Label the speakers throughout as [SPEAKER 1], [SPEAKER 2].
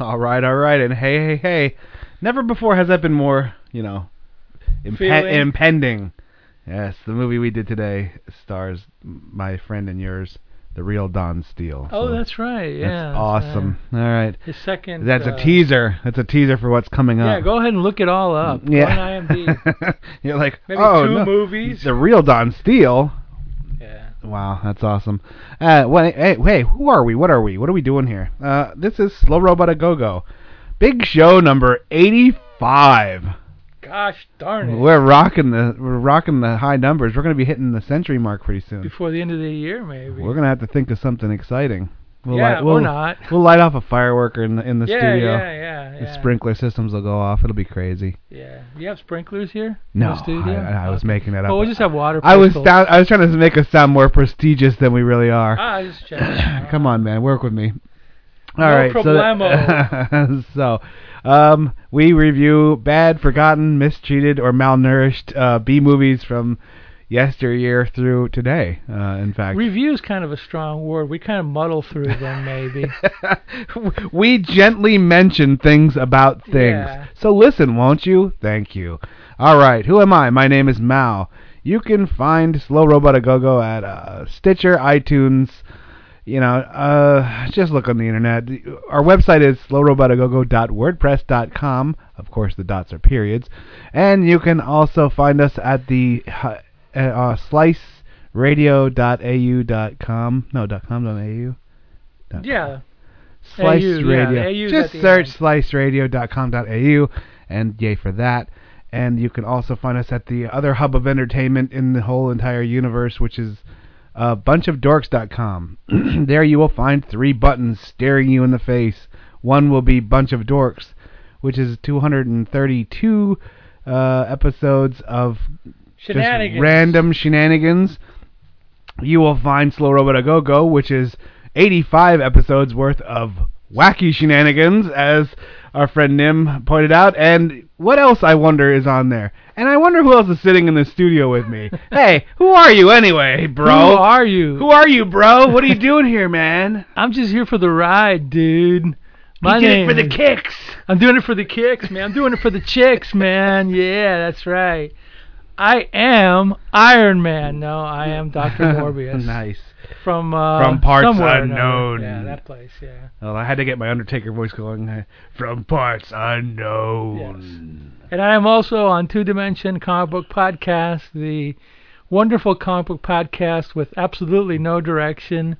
[SPEAKER 1] All right, all right, and hey, hey, hey. Never before has that been more, you know, impe-
[SPEAKER 2] Feeling.
[SPEAKER 1] impending. Yes, the movie we did today stars my friend and yours, the real Don Steele.
[SPEAKER 2] Oh,
[SPEAKER 1] So
[SPEAKER 2] that's right. Yeah.
[SPEAKER 1] that's awesome. All right,
[SPEAKER 2] right. His second.
[SPEAKER 1] that's
[SPEAKER 2] uh,
[SPEAKER 1] a teaser. That's a teaser for what's coming
[SPEAKER 2] Yeah,
[SPEAKER 1] up.
[SPEAKER 2] go ahead and look it all up. Go On IMDb.
[SPEAKER 1] You're like,
[SPEAKER 2] Maybe
[SPEAKER 1] oh,
[SPEAKER 2] two
[SPEAKER 1] no,
[SPEAKER 2] movies.
[SPEAKER 1] the real Don Steele.
[SPEAKER 2] yeah.
[SPEAKER 1] Wow, that's awesome. Uh, what, hey, hey, who are we? What are we? What are we doing here? Uh, this is Slow Robot A Go Go, big show number eighty-five.
[SPEAKER 2] Gosh darn it.
[SPEAKER 1] We're rocking the we're rocking the high numbers. We're gonna be hitting the century mark pretty soon.
[SPEAKER 2] Before the end of the year, maybe.
[SPEAKER 1] We're gonna have to think of something exciting. We'll
[SPEAKER 2] yeah,
[SPEAKER 1] light, we'll,
[SPEAKER 2] or not.
[SPEAKER 1] We'll light off a firework in the, in the
[SPEAKER 2] yeah,
[SPEAKER 1] studio.
[SPEAKER 2] yeah, yeah, yeah.
[SPEAKER 1] The sprinkler systems will go off. It'll be crazy.
[SPEAKER 2] Yeah. Do you have sprinklers here?
[SPEAKER 1] No,
[SPEAKER 2] In the studio?
[SPEAKER 1] I, I was
[SPEAKER 2] Okay.
[SPEAKER 1] making that up.
[SPEAKER 2] Well, we'll just have water.
[SPEAKER 1] I was
[SPEAKER 2] pistols.
[SPEAKER 1] sound, I was trying to make us sound more prestigious than we really are.
[SPEAKER 2] Ah, I just checked.
[SPEAKER 1] Come on, man, work with me. All
[SPEAKER 2] No
[SPEAKER 1] right,
[SPEAKER 2] problemo.
[SPEAKER 1] so, so um, we review bad, forgotten, mistreated, or malnourished uh, B movies from yesteryear through today. Uh, in fact,
[SPEAKER 2] Review's kind of a strong word. We kind of muddle through them, maybe.
[SPEAKER 1] we gently mention things about things.
[SPEAKER 2] Yeah.
[SPEAKER 1] So listen, won't you? Thank you. All right, who am I? My name is Mao. You can find Slow Robot A Go Go at uh, Stitcher, iTunes. You know, uh, just look on the internet. Our website is slowrobotagogo.wordpress.com. Of course, the dots are periods. And you can also find us at the uh, uh, sliceradio.au.com. No, dot .com, dot .au. dot
[SPEAKER 2] yeah.
[SPEAKER 1] Slice
[SPEAKER 2] AU, yeah,
[SPEAKER 1] Radio.
[SPEAKER 2] AU 's
[SPEAKER 1] Just
[SPEAKER 2] at the
[SPEAKER 1] search
[SPEAKER 2] end.
[SPEAKER 1] sliceradio.com.au and yay for that. And you can also find us at the other hub of entertainment in the whole entire universe, which is uh, bunchofdorks.com. there you will find three buttons staring you in the face. One will be Bunch of Dorks, which is 232 uh, episodes of
[SPEAKER 2] Shenanigans.
[SPEAKER 1] just random shenanigans. You will find Slow Robot A Go Go, which is 85 episodes worth of wacky shenanigans, as our friend Nim pointed out. And what else, I wonder, is on there? And I wonder who else is sitting in the studio with me. hey, who are you anyway, bro?
[SPEAKER 2] Who are you?
[SPEAKER 1] Who are you, bro? What are you doing here, man?
[SPEAKER 2] I'm just here for the ride, dude. My
[SPEAKER 1] you did
[SPEAKER 2] name
[SPEAKER 1] it for the
[SPEAKER 2] is-
[SPEAKER 1] kicks.
[SPEAKER 2] I'm doing it for the kicks, man. I'm doing it for the chicks, man. Yeah, that's right. I am Iron Man. No, I am Doctor Morbius
[SPEAKER 1] nice.
[SPEAKER 2] from uh,
[SPEAKER 1] From parts
[SPEAKER 2] somewhere or another.
[SPEAKER 1] unknown.
[SPEAKER 2] Yeah, that place. Yeah.
[SPEAKER 1] Well, I had to get my Undertaker voice going. uh, From parts unknown.
[SPEAKER 2] And I am also on Two Dimension Comic Book Podcast, the wonderful comic book podcast with absolutely no direction,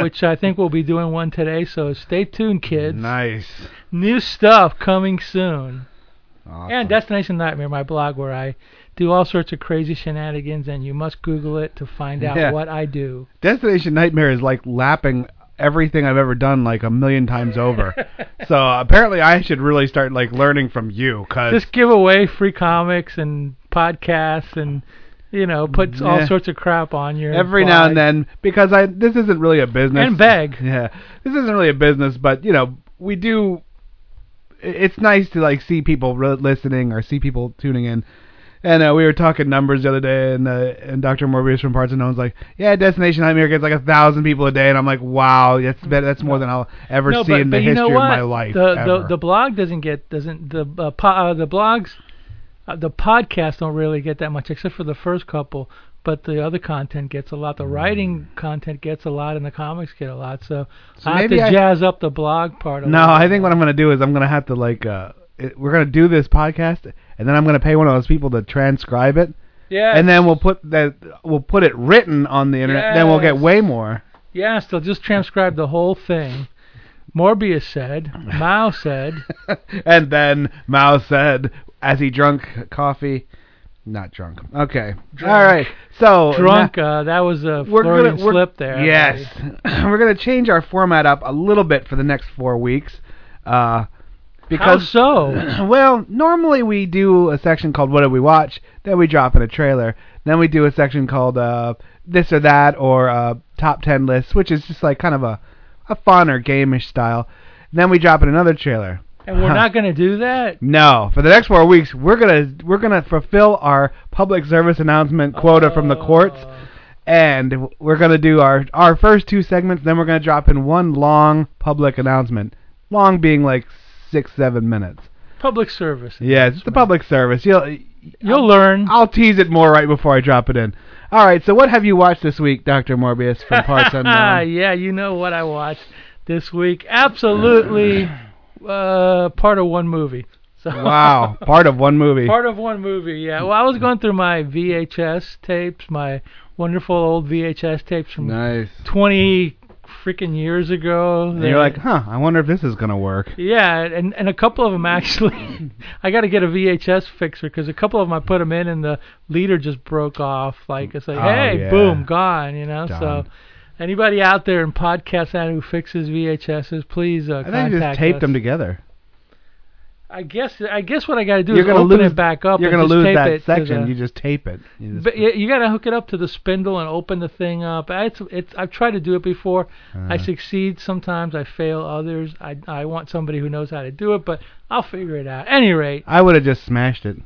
[SPEAKER 2] which I think we'll be doing one today. So stay tuned, kids.
[SPEAKER 1] Nice.
[SPEAKER 2] New stuff coming soon.
[SPEAKER 1] Awesome.
[SPEAKER 2] And Destination Nightmare, my blog where I do all sorts of crazy shenanigans, and you must Google it to find out
[SPEAKER 1] Yeah.
[SPEAKER 2] what I do.
[SPEAKER 1] Destination Nightmare is like lapping everything I've ever done like a million times over. so apparently I should really start like learning from you cuz
[SPEAKER 2] Just give away free comics and podcasts and. You know, put
[SPEAKER 1] Yeah.
[SPEAKER 2] all sorts of crap on your
[SPEAKER 1] every now and
[SPEAKER 2] blog.
[SPEAKER 1] then because I this isn't really a business.
[SPEAKER 2] And beg.
[SPEAKER 1] Yeah. This isn't really a business, but you know, we do i- it's nice to like see people re- listening or see people tuning in. And uh, we were talking numbers the other day, and uh, and Dr. Morbius from Parts Unknown was like, "Yeah, Destination Nightmare gets like a thousand people a day," and I'm like, "Wow, that's better, that's more than I'll ever see in the
[SPEAKER 2] you know
[SPEAKER 1] history of
[SPEAKER 2] what?
[SPEAKER 1] my life."
[SPEAKER 2] The,
[SPEAKER 1] ever.
[SPEAKER 2] the the blog doesn't get doesn't the uh, po- uh, the blogs uh, the podcasts don't really get that much except for the first couple, but the other content gets a lot.
[SPEAKER 1] Mm.
[SPEAKER 2] The writing content gets a lot, and the comics get a lot. So,
[SPEAKER 1] So
[SPEAKER 2] I have
[SPEAKER 1] maybe
[SPEAKER 2] to
[SPEAKER 1] I-
[SPEAKER 2] jazz up the blog part. A
[SPEAKER 1] No,
[SPEAKER 2] little
[SPEAKER 1] I
[SPEAKER 2] bit.
[SPEAKER 1] think what I'm gonna do is I'm gonna have to like uh, it, we're gonna do this podcast, and then I'm gonna pay one of those people to transcribe it,
[SPEAKER 2] yeah,
[SPEAKER 1] and then we'll put that we'll put it written on the internet. Then we'll get
[SPEAKER 2] Yes.
[SPEAKER 1] way more.
[SPEAKER 2] yes, they'll just transcribe the whole thing. Morbius said, Mao said,
[SPEAKER 1] and then Mao said, as he drunk coffee, not drunk. Okay, all right. So
[SPEAKER 2] drunk.
[SPEAKER 1] now-
[SPEAKER 2] Uh, that was a
[SPEAKER 1] we're
[SPEAKER 2] Freudian
[SPEAKER 1] gonna we're-
[SPEAKER 2] slip there.
[SPEAKER 1] Yes, we're gonna change our format up a little bit for the next four weeks. Uh, Because
[SPEAKER 2] How so?
[SPEAKER 1] well, normally we do a section called What Did We Watch? Then we drop in a trailer. Then we do a section called uh, This or That or uh, Top 10 Lists, which is just like kind of a, a fun or gamish style. Then we drop in another trailer.
[SPEAKER 2] And we're not going to do that.
[SPEAKER 1] No, for the next four weeks, we're gonna we're gonna fulfill our public service announcement quota from the courts,
[SPEAKER 2] Oh.
[SPEAKER 1] and we're gonna do our our first two segments. Then we're gonna drop in one long public announcement, long being like six seven minutes.
[SPEAKER 2] Public service.
[SPEAKER 1] Yes, it's a public service. You'll
[SPEAKER 2] You'll learn.
[SPEAKER 1] I'll tease it more right before I drop it in. All right, so what have you watched this week, Doctor Morbius, from Parts
[SPEAKER 2] Ah,
[SPEAKER 1] Unknown?
[SPEAKER 2] yeah, you know what I watched this week. Absolutely uh, part of one movie. So
[SPEAKER 1] Wow, part of one movie.
[SPEAKER 2] part of one movie, yeah. Well, I was going through my VHS tapes, my wonderful old VHS tapes from
[SPEAKER 1] Nice.
[SPEAKER 2] 20 freaking years ago.
[SPEAKER 1] And you're like, huh? I wonder if this is gonna work.
[SPEAKER 2] Yeah, and and a couple of them actually, I got to get a VHS fixer because a couple of them I put them in and the leader just broke off. Like it's like,
[SPEAKER 1] Oh,
[SPEAKER 2] hey,
[SPEAKER 1] yeah.
[SPEAKER 2] boom, gone. You know,
[SPEAKER 1] Done.
[SPEAKER 2] so anybody out there in podcast land who fixes VHSs, please uh,
[SPEAKER 1] I
[SPEAKER 2] contact
[SPEAKER 1] think you just taped
[SPEAKER 2] us.
[SPEAKER 1] them together.
[SPEAKER 2] I guess I guess what I got to do
[SPEAKER 1] You're
[SPEAKER 2] is
[SPEAKER 1] gonna
[SPEAKER 2] open
[SPEAKER 1] lose-
[SPEAKER 2] it back up.
[SPEAKER 1] You're
[SPEAKER 2] and
[SPEAKER 1] gonna
[SPEAKER 2] just
[SPEAKER 1] lose
[SPEAKER 2] tape
[SPEAKER 1] that
[SPEAKER 2] it to
[SPEAKER 1] section.
[SPEAKER 2] the-
[SPEAKER 1] You just tape it. You just-
[SPEAKER 2] but you, you got to hook it up to the spindle and open the thing up. It's it's. I've tried to do it before.
[SPEAKER 1] Uh-huh.
[SPEAKER 2] I succeed sometimes. I fail others. I I want somebody who knows how to do it, but I'll figure it out. Any rate,
[SPEAKER 1] I would have just smashed it.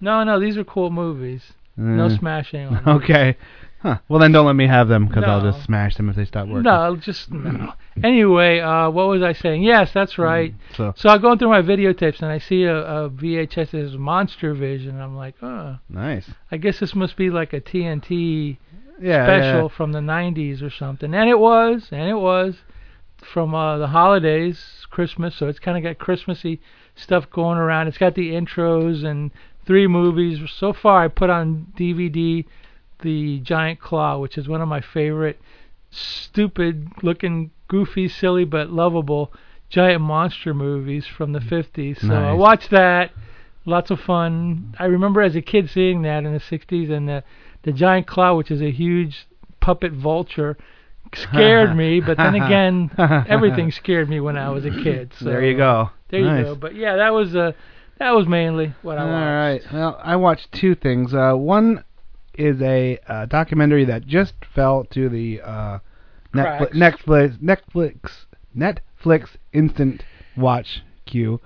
[SPEAKER 2] no, no, these are cool movies. No
[SPEAKER 1] Mm.
[SPEAKER 2] smashing. On them.
[SPEAKER 1] Okay. Huh. Well, then don't let me have them because I'll
[SPEAKER 2] No.
[SPEAKER 1] just smash them if they stop working.
[SPEAKER 2] No, just no. Anyway, uh, what was I saying? Yes, that's
[SPEAKER 1] Mm.
[SPEAKER 2] right.
[SPEAKER 1] So
[SPEAKER 2] So I'm going through my videotapes and I see a, a VHS that says Monster Vision. I'm like, oh,
[SPEAKER 1] nice.
[SPEAKER 2] I guess this must be like a TNT
[SPEAKER 1] Yeah.
[SPEAKER 2] special from the 90s or something. And it was, and it was from uh, the holidays, Christmas, so it's kind of got Christmassy stuff going around. It's got the intros and three movies. So far, I put on DVD The Giant Claw, which is one of my favorite stupid looking, goofy, silly, but lovable giant monster movies from the 50s. So I
[SPEAKER 1] Nice.
[SPEAKER 2] watched that. Lots of fun. I remember as a kid seeing that in the 60s and the the giant claw, which is a huge puppet vulture, scared me. But then again, everything scared me when I was a kid. So uh,
[SPEAKER 1] there you go.
[SPEAKER 2] There
[SPEAKER 1] nice.
[SPEAKER 2] you go. But yeah, that was uh, that was mainly what I
[SPEAKER 1] All
[SPEAKER 2] watched.
[SPEAKER 1] right. Well, I watched two things. Uh, one is a uh, documentary that just fell to the uh, Netflix,
[SPEAKER 2] Cracks.
[SPEAKER 1] Netflix Netflix Netflix instant watch queue.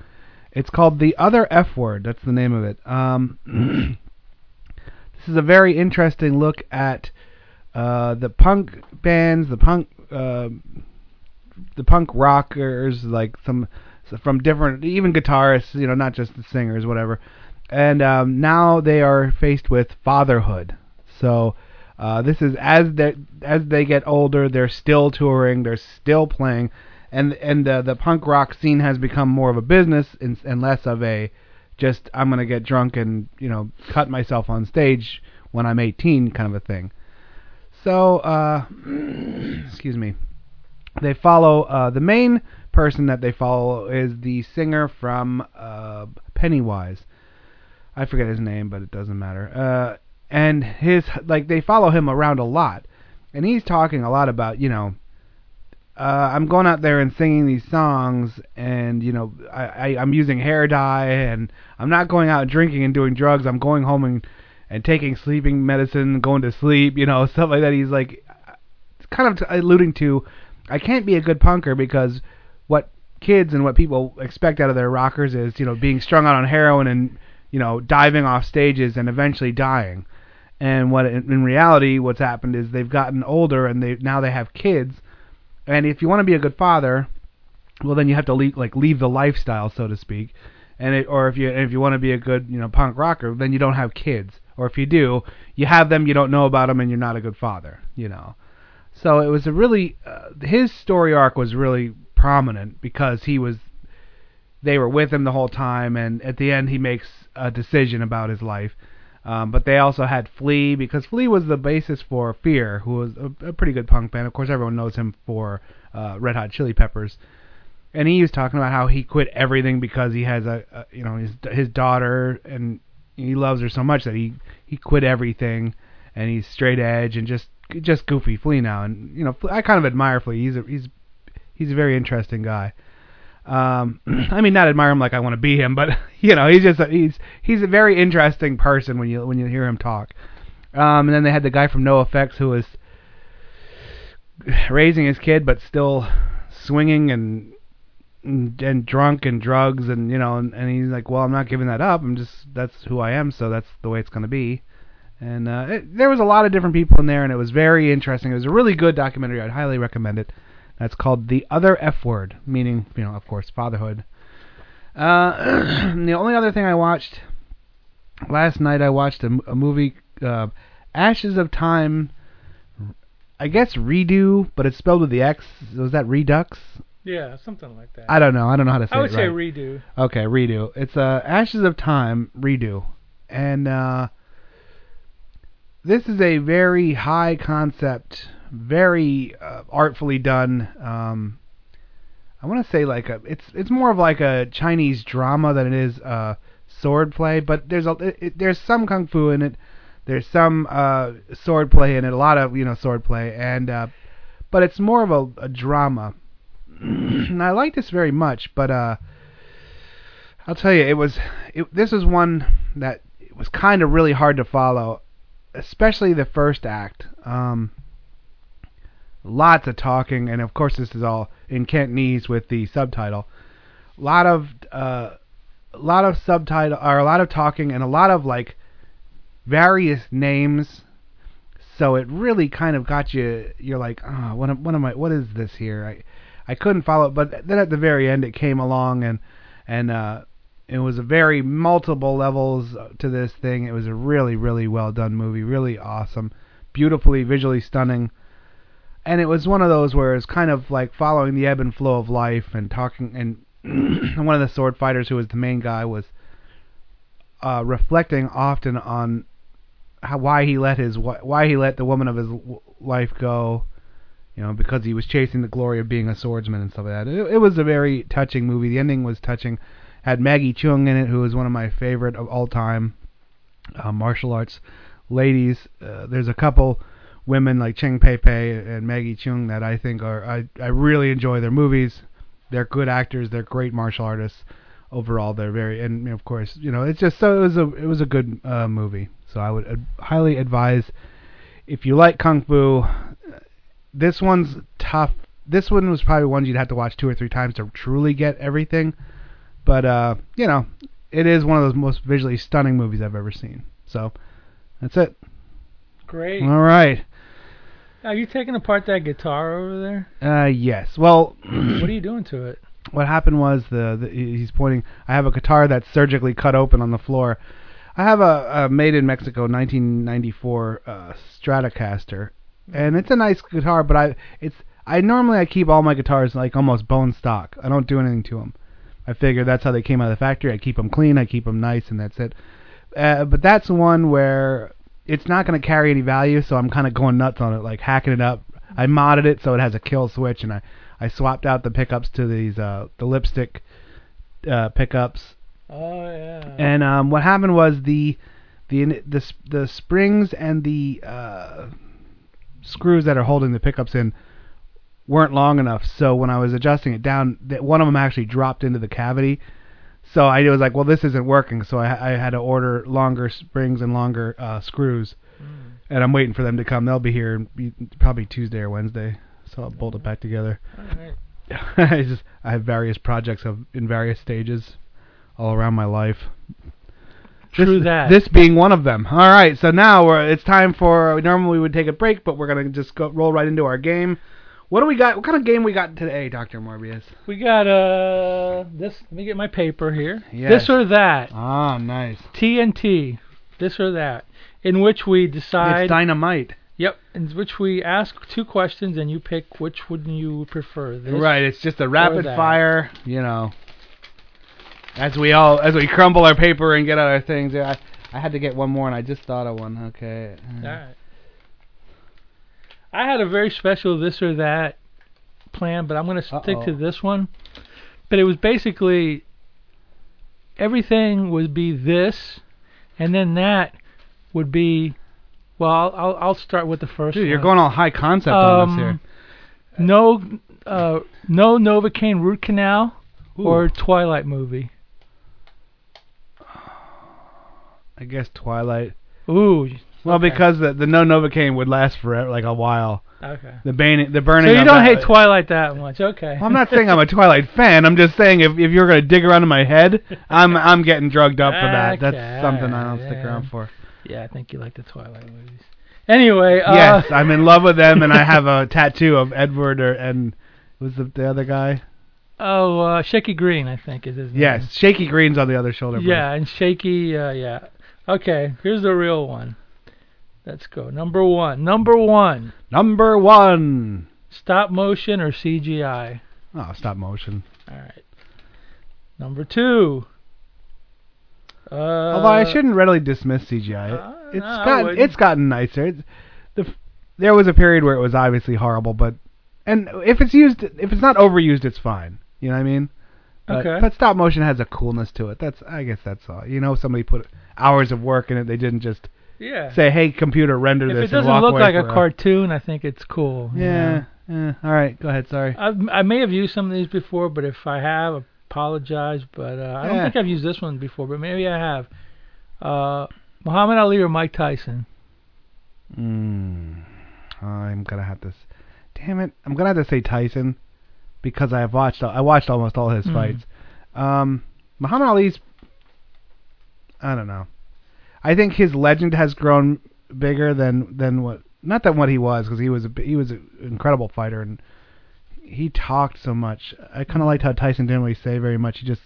[SPEAKER 1] It's called The Other F Word. That's the name of it. Um, this is a very interesting look at uh, the punk bands, the punk uh, the punk rockers, like some so from different, even guitarists, you know, not just the singers, whatever. And um, now they are faced with fatherhood. So uh, this is as they as they get older, they're still touring, they're still playing, and and the the punk rock scene has become more of a business and, and less of a just I'm gonna get drunk and you know cut myself on stage when I'm 18 kind of a thing. So uh, excuse me they follow uh, the main person that they follow is the singer from uh, Pennywise. I forget his name, but it doesn't matter. Uh, and his like they follow him around a lot, and he's talking a lot about you know. Uh, I'm going out there and singing these songs, and you know, I, I, I'm using hair dye, and I'm not going out drinking and doing drugs. I'm going home and and taking sleeping medicine, going to sleep, you know, stuff like that. He's like, it's kind of alluding to I can't be a good punker because what kids and what people expect out of their rockers is, you know, being strung out on heroin and, you know, diving off stages and eventually dying. And what in in reality what's happened is they've gotten older and they now they have kids. And if you want to be a good father, well then you have to leave, like leave the lifestyle so to speak. And it, or if you if you want to be a good, you know, punk rocker, then you don't have kids. Or if you do, you have them, you don't know about them and you're not a good father, you know. So it was a really uh, his story arc was really prominent because he was they were with him the whole time, and at the end he makes a decision about his life. Um, but they also had Flea because Flea was the basis for Fear, who was a, a pretty good punk band. Of course, everyone knows him for uh, Red Hot Chili Peppers. And he was talking about how he quit everything because he has a, a you know his his daughter and he loves her so much that he he quit everything and he's straight edge and just just goofy Flea now. And you know Flea- I kind of admire Flea. He's a, he's he's a very interesting guy. Um, I mean, not admire him like I want to be him, but you know, he's just a, he's he's a very interesting person when you when you hear him talk. Um, and then they had the guy from No Effects who was raising his kid, but still swinging and and, and drunk and drugs and you know, and, and he's like, well, I'm not giving that up. I'm just that's who I am, so that's the way it's gonna be. And uh, it, there was a lot of different people in there, and it was very interesting. It was a really good documentary. I'd highly recommend it. That's called The Other F Word, meaning, you know, of course, fatherhood. Uh, the only other thing I watched last night, I watched a, m- a movie, uh, Ashes of Time, I guess redo, but it's spelled with the X. Was that Redux?
[SPEAKER 2] Yeah, something like that.
[SPEAKER 1] I don't know. I don't know how to say
[SPEAKER 2] I would
[SPEAKER 1] it.
[SPEAKER 2] say
[SPEAKER 1] right.
[SPEAKER 2] redo.
[SPEAKER 1] Okay, redo. It's uh, Ashes of Time redo, and uh, this is a very high concept, very uh, artfully done. Um, I want to say like a, it's it's more of like a Chinese drama than it is uh, sword play, but there's a it, it- there's some kung fu in it. There's some uh, sword play in it, a lot of you know sword play, and uh, but it's more of a, a drama. and I like this very much, but uh, I'll tell you, it was. It, this was one that was kind of really hard to follow, especially the first act. Um, lots of talking, and of course, this is all in Cantonese with the subtitle. A lot of, uh, a lot of subtitle, or a lot of talking, and a lot of like various names. So it really kind of got you. You're like, oh, what am, what am I? What is this here? I, I couldn't follow it, but then at the very end, it came along and and uh, it was a very multiple levels to this thing. It was a really, really well done movie, really awesome, beautifully visually stunning, and it was one of those where it's kind of like following the ebb and flow of life and talking. And one of the sword fighters who was the main guy was uh, reflecting often on how, why he let his wi- why he let the woman of his w- life go. You know, because he was chasing the glory of being a swordsman and stuff like that. It, it was a very touching movie. The ending was touching had Maggie Chung in it, who is one of my favorite of all time uh, martial arts ladies. Uh, there's a couple women like Cheng Pei Pei and Maggie Chung that I think are I I really enjoy their movies. They're good actors. They're great martial artists. Overall, they're very and of course you know it's just so it was a it was a good uh, movie. So I would ad- highly advise if you like kung fu. This one's tough. This one was probably one you'd have to watch two or three times to truly get everything but uh, you know, it is one of those most visually stunning movies I've ever seen. So that's it.
[SPEAKER 2] Great.
[SPEAKER 1] All right.
[SPEAKER 2] Are you taking apart that guitar over there?
[SPEAKER 1] Uh, yes. Well,
[SPEAKER 2] What are you doing to it?
[SPEAKER 1] what happened was the, the he- he's pointing. I have a guitar that's surgically cut open on the floor. I have a, a made in Mexico 1994 uh, Stratocaster, and it's a nice guitar, but I it's I normally I keep all my guitars like almost bone stock. I don't do anything to them. I figure that's how they came out of the factory. I keep them clean, I keep them nice, and that's it. Uh, but that's one where it's not going to carry any value, so I'm kind of going nuts on it, like hacking it up. I modded it so it has a kill switch, and I I swapped out the pickups to these uh the lipstick uh pickups.
[SPEAKER 2] Oh yeah.
[SPEAKER 1] And um what happened was the the the s- the springs and the uh screws that are holding the pickups in weren't long enough. So when I was adjusting it down, that one of them actually dropped into the cavity. So I was like, well, this isn't working. So I, I had to order longer springs and longer uh, screws.
[SPEAKER 2] Hmm.
[SPEAKER 1] And I'm waiting for them to come. They'll be here be- probably Tuesday or Wednesday. So I'll bolt it back together.
[SPEAKER 2] All right.
[SPEAKER 1] I just I have various projects of in various stages all around my life.
[SPEAKER 2] True
[SPEAKER 1] this,
[SPEAKER 2] that.
[SPEAKER 1] This being one of them. All right, so now we're it's time for normally we would take a break, but we're gonna just go roll right into our game. What do we got? What kind of game we got today, Doctor Morbius?
[SPEAKER 2] We got uh this. Let me get my paper here.
[SPEAKER 1] Yes.
[SPEAKER 2] This or that.
[SPEAKER 1] Ah, nice.
[SPEAKER 2] TNT. This or that. In which we
[SPEAKER 1] It's
[SPEAKER 2] decide.
[SPEAKER 1] dynamite.
[SPEAKER 2] yep. In which we ask two questions and you pick which would you prefer. This
[SPEAKER 1] Right, it's just a rapid
[SPEAKER 2] that.
[SPEAKER 1] fire, you know. As we all as we crumble our paper and get out our things. Yeah, I, I had to get one more and I just thought of one. Okay.
[SPEAKER 2] All right. I had a very special this or that plan, but I'm going to stick
[SPEAKER 1] Uh-oh.
[SPEAKER 2] to this one. But it was basically everything would be this, and then that would be. Well, I'll I'll, I'll start with the first.
[SPEAKER 1] Dude, you're
[SPEAKER 2] one.
[SPEAKER 1] going all high Um, concept on us here.
[SPEAKER 2] Um, no, uh, no Novocaine root canal or Twilight movie.
[SPEAKER 1] I guess Twilight.
[SPEAKER 2] Ooh.
[SPEAKER 1] Well,
[SPEAKER 2] okay.
[SPEAKER 1] because the, the no novocaine would last forever, like a while.
[SPEAKER 2] Okay.
[SPEAKER 1] The burning, the
[SPEAKER 2] So
[SPEAKER 1] burning.
[SPEAKER 2] you
[SPEAKER 1] of
[SPEAKER 2] don't
[SPEAKER 1] that-
[SPEAKER 2] hate Twilight that much. Okay.
[SPEAKER 1] Well, I'm not saying I'm a Twilight fan. I'm just saying if if you're gonna dig around in my head, I'm I'm getting drugged up for that.
[SPEAKER 2] Okay,
[SPEAKER 1] That's something I don't
[SPEAKER 2] alright,
[SPEAKER 1] stick
[SPEAKER 2] yeah.
[SPEAKER 1] around for.
[SPEAKER 2] Yeah, I think you like the Twilight movies. Anyway, uh,
[SPEAKER 1] yes, I'm in love with them, and I have a tattoo of Edward or, and was the, the other guy?
[SPEAKER 2] oh, uh, Shaky Green, I think is his name.
[SPEAKER 1] Yes, Shaky Green's on the other shoulder. bro.
[SPEAKER 2] Yeah, and Shaky, uh, yeah. Okay, here's the real one. Let's go. Number one. Number one.
[SPEAKER 1] Number one.
[SPEAKER 2] Stop motion or CGI.
[SPEAKER 1] Oh, stop motion.
[SPEAKER 2] All right. Number two. Uh,
[SPEAKER 1] Although I shouldn't readily dismiss CGI. It,
[SPEAKER 2] uh,
[SPEAKER 1] it's
[SPEAKER 2] no, I
[SPEAKER 1] gotten
[SPEAKER 2] wouldn't.
[SPEAKER 1] it's gotten nicer. It's, the f- there was a period where it was obviously horrible, but and if it's used, if it's not overused, it's fine. You know what I mean? But,
[SPEAKER 2] Okay.
[SPEAKER 1] but stop motion has a coolness to it. That's I guess that's all. You know, somebody put hours of work in it. They didn't just
[SPEAKER 2] Yeah.
[SPEAKER 1] say, "Hey, computer, render
[SPEAKER 2] if
[SPEAKER 1] this."
[SPEAKER 2] it
[SPEAKER 1] and
[SPEAKER 2] doesn't
[SPEAKER 1] walk
[SPEAKER 2] look
[SPEAKER 1] away
[SPEAKER 2] like a
[SPEAKER 1] for
[SPEAKER 2] cartoon, I think it's cool. you know?
[SPEAKER 1] Yeah. yeah. All right. Go ahead. Sorry.
[SPEAKER 2] I've, I may have used some of these before, but if I have, apologize. But uh, I don't
[SPEAKER 1] Yeah.
[SPEAKER 2] think I've used this one before, but maybe I have. Uh, Muhammad Ali or Mike Tyson?
[SPEAKER 1] Mm, I'm gonna have to. s- Damn it! I'm gonna have to say Tyson because I have watched. I watched almost all his
[SPEAKER 2] Mm.
[SPEAKER 1] fights. Um, Muhammad Ali's. I don't know. I think his legend has grown bigger than than what. Not than what he was, because he was a, b- he was an incredible fighter and he talked so much. I kind of liked how Tyson didn't really say very much. He just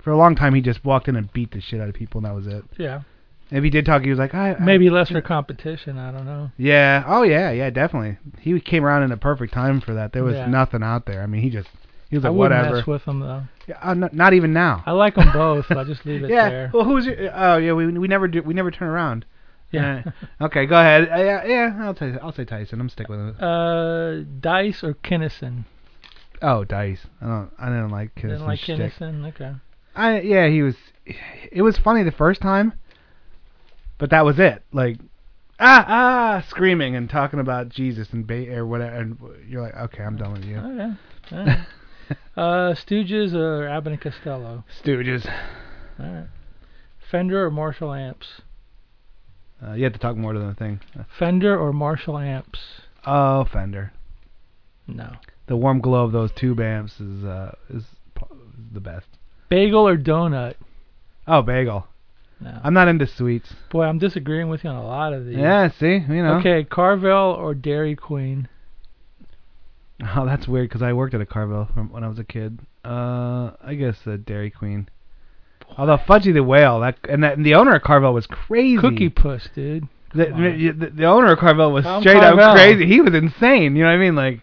[SPEAKER 1] for a long time he just walked in and beat the shit out of people and that was it.
[SPEAKER 2] Yeah,
[SPEAKER 1] If he did talk, he was like, I I-
[SPEAKER 2] maybe lesser competition. I don't know.
[SPEAKER 1] yeah. Oh yeah. Yeah. Definitely. He came around in a perfect time for that. There was
[SPEAKER 2] Yeah.
[SPEAKER 1] nothing out there. I mean, he just he was
[SPEAKER 2] I
[SPEAKER 1] like
[SPEAKER 2] wouldn't
[SPEAKER 1] whatever.
[SPEAKER 2] mess with them though.
[SPEAKER 1] Yeah, uh, no- not even now.
[SPEAKER 2] I like them both. I'll just leave it
[SPEAKER 1] yeah.
[SPEAKER 2] there.
[SPEAKER 1] Well, who's your? Oh yeah. We we never do. We never turn around.
[SPEAKER 2] Yeah.
[SPEAKER 1] Uh, okay. Go ahead. Uh, yeah. Yeah. I'll say I'll say Tyson. I'm sticking with it.
[SPEAKER 2] Uh, Dice or Kinnison?
[SPEAKER 1] Oh, Dice. I don't. I didn't like Kinnison.
[SPEAKER 2] Didn't like
[SPEAKER 1] shtick.
[SPEAKER 2] Kinnison. Okay.
[SPEAKER 1] I yeah. He was. It was funny the first time. But that was it. Like. Ah ah! Screaming and talking about Jesus and ba- or whatever, and you're like, okay, I'm done with you.
[SPEAKER 2] Okay. All right. uh, Stooges or Abbott and Costello?
[SPEAKER 1] Stooges.
[SPEAKER 2] All right. Fender or Marshall amps?
[SPEAKER 1] Uh, you have to talk more to the thing.
[SPEAKER 2] Fender or Marshall amps?
[SPEAKER 1] Oh, Fender.
[SPEAKER 2] No.
[SPEAKER 1] The warm glow of those tube amps is uh is p- the best.
[SPEAKER 2] Bagel or donut?
[SPEAKER 1] Oh, bagel.
[SPEAKER 2] No.
[SPEAKER 1] I'm not into sweets.
[SPEAKER 2] Boy, I'm disagreeing with you on a lot of these.
[SPEAKER 1] Yeah, see, you know.
[SPEAKER 2] Okay, Carvel or Dairy Queen?
[SPEAKER 1] Oh, that's weird because I worked at a Carvel from when I was a kid. Uh, I guess uh, Dairy Queen. Although Fudgy the Whale, that and, that, and the owner of Carvel was crazy.
[SPEAKER 2] Cookie Puss, dude.
[SPEAKER 1] The,
[SPEAKER 2] Come on.
[SPEAKER 1] the, the owner of Carvel was
[SPEAKER 2] Tom
[SPEAKER 1] straight
[SPEAKER 2] Carvel.
[SPEAKER 1] up crazy. He was insane. You know what I mean? Like,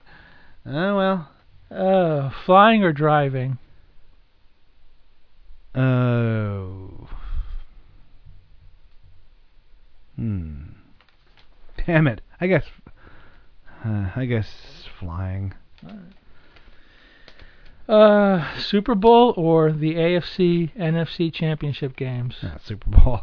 [SPEAKER 1] oh well.
[SPEAKER 2] Uh, flying or driving?
[SPEAKER 1] Oh. Hmm. Damn it. I guess. Uh, I guess flying.
[SPEAKER 2] Uh, Super Bowl or the AFC NFC Championship games?
[SPEAKER 1] Not Super Bowl.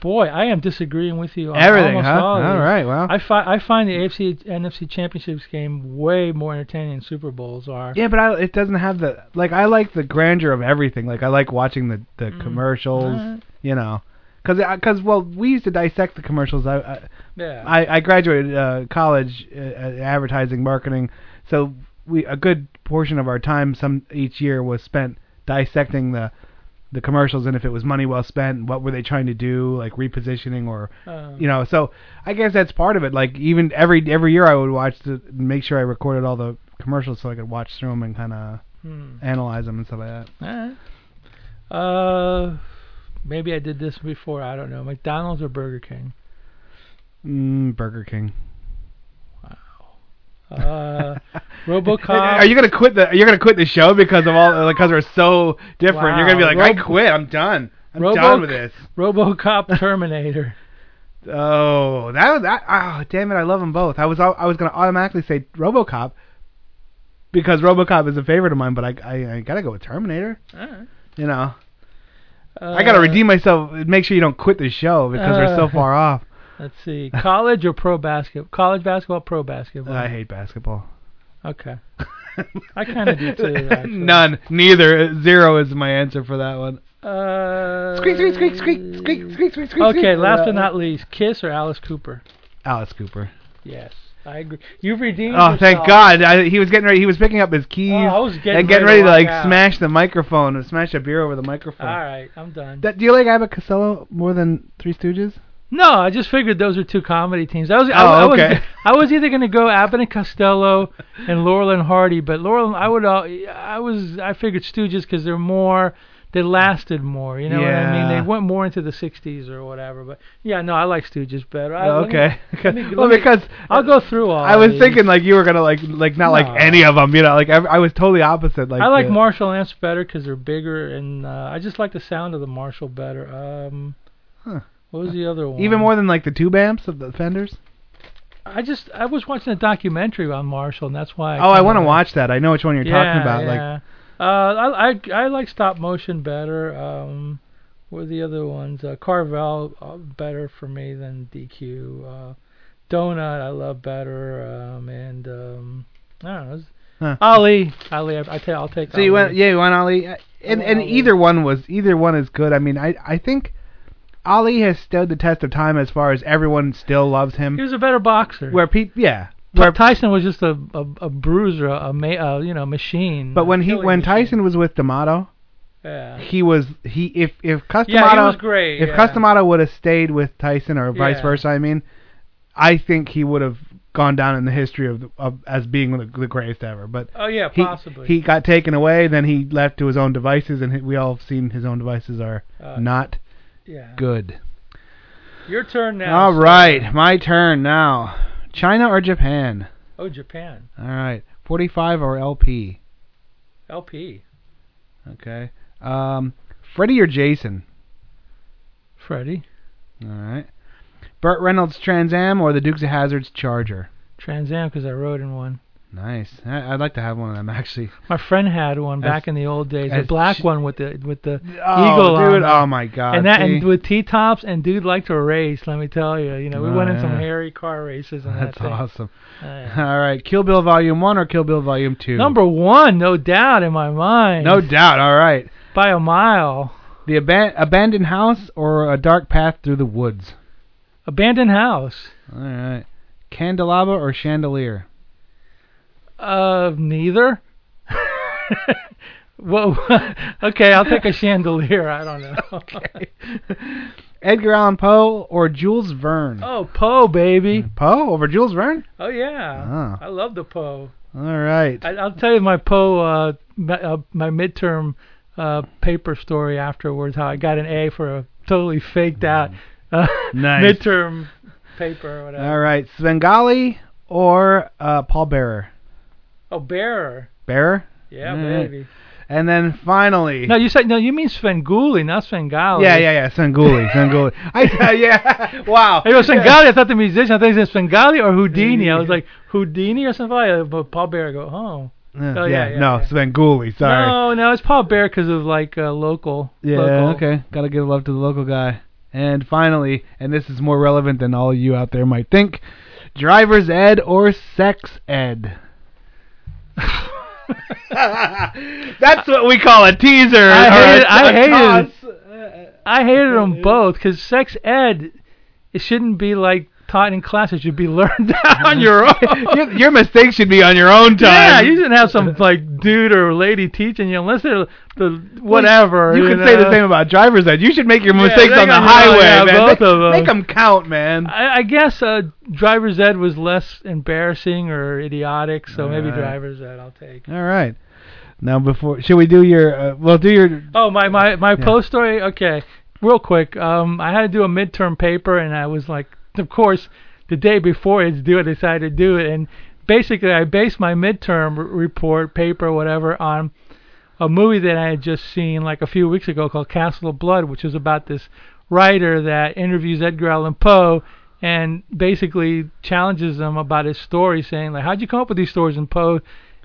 [SPEAKER 2] Boy, I am disagreeing with you on
[SPEAKER 1] Everything,
[SPEAKER 2] almost
[SPEAKER 1] huh?
[SPEAKER 2] all of these.
[SPEAKER 1] All right. Well.
[SPEAKER 2] I, fi- I find the AFC NFC Championships game way more entertaining than Super Bowls are.
[SPEAKER 1] yeah, but I, it doesn't have the like. I like the grandeur of everything. Like I like watching the the
[SPEAKER 2] Mm.
[SPEAKER 1] commercials.
[SPEAKER 2] Alright.
[SPEAKER 1] You know, because because well, we used to dissect the commercials. I, I
[SPEAKER 2] Yeah.
[SPEAKER 1] I, I graduated uh, college uh, uh, advertising marketing, so we a good portion of our time some each year was spent dissecting the the commercials and if it was money well spent, what were they trying to do, like repositioning or
[SPEAKER 2] Um,
[SPEAKER 1] you know. So I guess that's part of it. Like even every every year I would watch to make sure I recorded all the commercials so I could watch through them and kind of
[SPEAKER 2] hmm.
[SPEAKER 1] analyze them and stuff like that.
[SPEAKER 2] Alright. Uh, maybe I did this before. I don't know. McDonald's or Burger King.
[SPEAKER 1] Mm, Burger King.
[SPEAKER 2] Uh, RoboCop.
[SPEAKER 1] Are you gonna quit the? You're gonna quit the show because of all because we're so different. You're gonna be
[SPEAKER 2] Wow.
[SPEAKER 1] like,
[SPEAKER 2] Rob-
[SPEAKER 1] I quit. I'm done. I'm
[SPEAKER 2] Robo-
[SPEAKER 1] done with this.
[SPEAKER 2] RoboCop Terminator.
[SPEAKER 1] Oh, that that. Oh, damn it! I love them both. I was au- I was gonna automatically say RoboCop because RoboCop is a favorite of mine, but I I, I gotta go with Terminator.
[SPEAKER 2] Alright.
[SPEAKER 1] You know,
[SPEAKER 2] Uh,
[SPEAKER 1] I gotta redeem myself. Make sure you don't quit the show because we're
[SPEAKER 2] Uh,
[SPEAKER 1] so far off.
[SPEAKER 2] Let's see.
[SPEAKER 1] Uh,
[SPEAKER 2] College or pro basketball? College basketball, pro basketball.
[SPEAKER 1] I hate basketball.
[SPEAKER 2] Okay. I kind of do too. Actually.
[SPEAKER 1] None. Neither. Zero is my answer for that one.
[SPEAKER 2] Uh,
[SPEAKER 1] Squeak, squeak, squeak, squeak, squeak, squeak, squeak, squeak. Uh,
[SPEAKER 2] Okay,
[SPEAKER 1] squeak.
[SPEAKER 2] last but not least, Kiss or Alice Cooper?
[SPEAKER 1] Alice Cooper.
[SPEAKER 2] Yes, I agree. You've redeemed.
[SPEAKER 1] Oh, thank
[SPEAKER 2] yourself.
[SPEAKER 1] God! I, he was getting ready. He was picking up his keys
[SPEAKER 2] Oh, I was getting
[SPEAKER 1] and getting ready
[SPEAKER 2] ready to
[SPEAKER 1] to like
[SPEAKER 2] walk out.
[SPEAKER 1] smash the microphone and smash a beer over the microphone.
[SPEAKER 2] All right, I'm done.
[SPEAKER 1] That, do you like Abbott Costello more than Three Stooges?
[SPEAKER 2] no, I just figured those are two comedy teams. I was, I,
[SPEAKER 1] Oh,
[SPEAKER 2] I was-
[SPEAKER 1] okay.
[SPEAKER 2] I was either going to go Abbott and Costello and Laurel and Hardy, but Laurel, I would, al- I was, I figured Stooges because they're more, they lasted more. You know what I mean?
[SPEAKER 1] Yeah.
[SPEAKER 2] They went more into the '60s or whatever. But yeah, no, I like Stooges better. I,
[SPEAKER 1] Oh,
[SPEAKER 2] let me-
[SPEAKER 1] okay.
[SPEAKER 2] let me-
[SPEAKER 1] well,
[SPEAKER 2] let me-
[SPEAKER 1] because
[SPEAKER 2] I'll go through all.
[SPEAKER 1] I was
[SPEAKER 2] these.
[SPEAKER 1] thinking like you were gonna like like not
[SPEAKER 2] Uh, No.
[SPEAKER 1] like any of them. You know, like I, I was totally opposite. Like uh,
[SPEAKER 2] I like
[SPEAKER 1] the-
[SPEAKER 2] Marshall amps better 'cause they're bigger, and uh, I just like the sound of the Marshall better. Um,
[SPEAKER 1] Huh.
[SPEAKER 2] What was the other one?
[SPEAKER 1] even more than like the two amps of the Fenders.
[SPEAKER 2] I just I was watching a documentary on Marshall, and that's why.
[SPEAKER 1] oh, I
[SPEAKER 2] kinda
[SPEAKER 1] want to
[SPEAKER 2] like-
[SPEAKER 1] watch that. I know which one you're
[SPEAKER 2] yeah,
[SPEAKER 1] talking about. Like
[SPEAKER 2] yeah. uh, I, I I like stop motion better. Um, what are the other ones? Uh, Carvel uh, better for me than DQ. Uh, Donut I love better, um, and um, I don't know. it's-
[SPEAKER 1] Huh.
[SPEAKER 2] Ali, Ali, I, I tell, I'll take.
[SPEAKER 1] Oh, So you
[SPEAKER 2] Ali.
[SPEAKER 1] went, yeah, you went Ali, Uh, and
[SPEAKER 2] went
[SPEAKER 1] and
[SPEAKER 2] Ali.
[SPEAKER 1] either one was either one is good. I mean, I I think Ali has stood the test of time as far as everyone still loves
[SPEAKER 2] He
[SPEAKER 1] him.
[SPEAKER 2] was a better boxer.
[SPEAKER 1] Where Pete, yeah,
[SPEAKER 2] Where
[SPEAKER 1] where
[SPEAKER 2] Tyson was just a a, a bruiser, a ma- uh, you know machine.
[SPEAKER 1] but
[SPEAKER 2] a
[SPEAKER 1] when he
[SPEAKER 2] killing
[SPEAKER 1] when
[SPEAKER 2] machine.
[SPEAKER 1] Tyson was with D'Amato,
[SPEAKER 2] yeah,
[SPEAKER 1] he was he if if Customato
[SPEAKER 2] yeah, he was great.
[SPEAKER 1] if
[SPEAKER 2] yeah.
[SPEAKER 1] Customato would have stayed with Tyson or vice
[SPEAKER 2] Yeah.
[SPEAKER 1] versa, I mean, I think he would have gone down in the history of, the, of as being the, the greatest ever. But
[SPEAKER 2] oh yeah,
[SPEAKER 1] he
[SPEAKER 2] possibly.
[SPEAKER 1] he got taken away, then he left to his own devices, and he, we all have seen his own devices are
[SPEAKER 2] Uh,
[SPEAKER 1] not
[SPEAKER 2] yeah.
[SPEAKER 1] good.
[SPEAKER 2] Your turn now.
[SPEAKER 1] All
[SPEAKER 2] sir.
[SPEAKER 1] right, my turn now. China or Japan?
[SPEAKER 2] Oh, Japan.
[SPEAKER 1] All right, 45 or LP.
[SPEAKER 2] LP.
[SPEAKER 1] Okay. Um, Freddie or Jason?
[SPEAKER 2] Freddie.
[SPEAKER 1] All right. Burt Reynolds Trans Am or the Dukes of Hazards Charger?
[SPEAKER 2] Trans Am because I rode in one.
[SPEAKER 1] Nice. I- I'd like to have one of them actually.
[SPEAKER 2] My friend had one
[SPEAKER 1] As-
[SPEAKER 2] back in the old days, a
[SPEAKER 1] as
[SPEAKER 2] black
[SPEAKER 1] ch-
[SPEAKER 2] one with the with the
[SPEAKER 1] oh,
[SPEAKER 2] Eagle
[SPEAKER 1] dude!
[SPEAKER 2] on.
[SPEAKER 1] Oh my God!
[SPEAKER 2] and that
[SPEAKER 1] see?
[SPEAKER 2] and with T tops and dude liked to race. Let me tell you, you know we
[SPEAKER 1] Oh,
[SPEAKER 2] went in some
[SPEAKER 1] yeah.
[SPEAKER 2] hairy car races and
[SPEAKER 1] that's
[SPEAKER 2] that thing.
[SPEAKER 1] awesome.
[SPEAKER 2] Oh, yeah.
[SPEAKER 1] All right, Kill Bill Volume One or Kill Bill Volume Two?
[SPEAKER 2] Number one, no doubt in my mind.
[SPEAKER 1] no doubt. All right,
[SPEAKER 2] by a mile.
[SPEAKER 1] the aban- abandoned house or a dark path through the woods?
[SPEAKER 2] Abandoned house.
[SPEAKER 1] All right, candelabra or chandelier?
[SPEAKER 2] Uh, neither. well, okay, I'll take a chandelier. I don't know.
[SPEAKER 1] Edgar Allan Poe or Jules Verne?
[SPEAKER 2] Oh, Poe, baby.
[SPEAKER 1] Poe over Jules Verne?
[SPEAKER 2] Oh yeah,
[SPEAKER 1] Ah.
[SPEAKER 2] I love the Poe.
[SPEAKER 1] All right.
[SPEAKER 2] I, I'll tell you my Poe, uh, my, uh, my midterm uh, paper story afterwards. How I got an A for a totally faked out uh,
[SPEAKER 1] Mm. Nice.
[SPEAKER 2] midterm paper or whatever.
[SPEAKER 1] All right. Svengali or uh, Paul Bearer?
[SPEAKER 2] Oh, bearer.
[SPEAKER 1] Bearer?
[SPEAKER 2] Yeah,
[SPEAKER 1] All right.
[SPEAKER 2] baby.
[SPEAKER 1] And then finally.
[SPEAKER 2] No, you said no. You mean Svengoolie, not Svengali.
[SPEAKER 1] yeah, yeah, yeah. Svengali. Svengali. I, uh, yeah. Wow.
[SPEAKER 2] It was Svengali. I thought the musician. I thought he said Svengali or Houdini.
[SPEAKER 1] Mm.
[SPEAKER 2] I was like Houdini or something. But Paul Bear go, oh.
[SPEAKER 1] Yeah,
[SPEAKER 2] Oh, yeah,
[SPEAKER 1] yeah,
[SPEAKER 2] yeah,
[SPEAKER 1] no,
[SPEAKER 2] yeah.
[SPEAKER 1] Svengali. Sorry.
[SPEAKER 2] No, no, it's Paul Bear because of like uh, local.
[SPEAKER 1] yeah,
[SPEAKER 2] local.
[SPEAKER 1] okay. Got to give love to the local guy. And finally, and this is more relevant than all you out there might think driver's ed or sex ed? That's what we call a teaser.
[SPEAKER 2] I
[SPEAKER 1] or
[SPEAKER 2] hated-
[SPEAKER 1] a-
[SPEAKER 2] I
[SPEAKER 1] a
[SPEAKER 2] hated-
[SPEAKER 1] toss.
[SPEAKER 2] I hated them both because sex ed, it shouldn't be like taught in class. It should be learned
[SPEAKER 1] Mm-hmm.
[SPEAKER 2] on your own.
[SPEAKER 1] your, your mistake should be on your own time.
[SPEAKER 2] Yeah, you shouldn't have some like dude or lady teaching you unless they're the whatever.
[SPEAKER 1] You, can say the
[SPEAKER 2] know?
[SPEAKER 1] same about driver's ed. You should make your mistakes
[SPEAKER 2] they
[SPEAKER 1] on the
[SPEAKER 2] can-
[SPEAKER 1] highway,
[SPEAKER 2] yeah,
[SPEAKER 1] man.
[SPEAKER 2] both
[SPEAKER 1] make,
[SPEAKER 2] of 'em.
[SPEAKER 1] them count, man.
[SPEAKER 2] I, I guess uh, driver's ed was less embarrassing or idiotic, so maybe
[SPEAKER 1] Alright.
[SPEAKER 2] driver's ed I'll take.
[SPEAKER 1] All right. Now, before should we do your? Uh, well, do your.
[SPEAKER 2] Oh, my my my
[SPEAKER 1] Yeah.
[SPEAKER 2] post story. Okay, real quick. Um, I had to do a midterm paper, and I was like, of course, the day before it's due, I decided to do it, and basically, I based my midterm r- report paper, whatever, on a movie that I had just seen like a few weeks ago called Castle of Blood, which is about this writer that interviews Edgar Allan Poe and basically challenges him about his story, saying like, "How'd you come up with these stories?" And Poe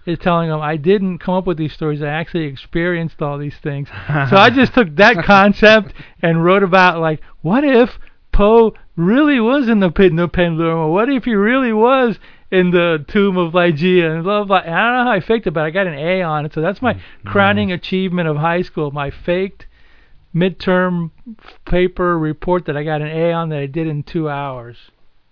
[SPEAKER 2] is telling him, "I didn't come up with these stories. I actually experienced all these things." so I just took that concept and wrote about like, what if Poe really was in the pit in the pendulum, or what if he really was in the tomb of Lygia and blah, blah blah. And I don't know how I faked it, but I got an A on it, so that's my
[SPEAKER 1] Mm-hmm.
[SPEAKER 2] crowning achievement of high school. My faked midterm paper report that I got an A on that I did in two hours.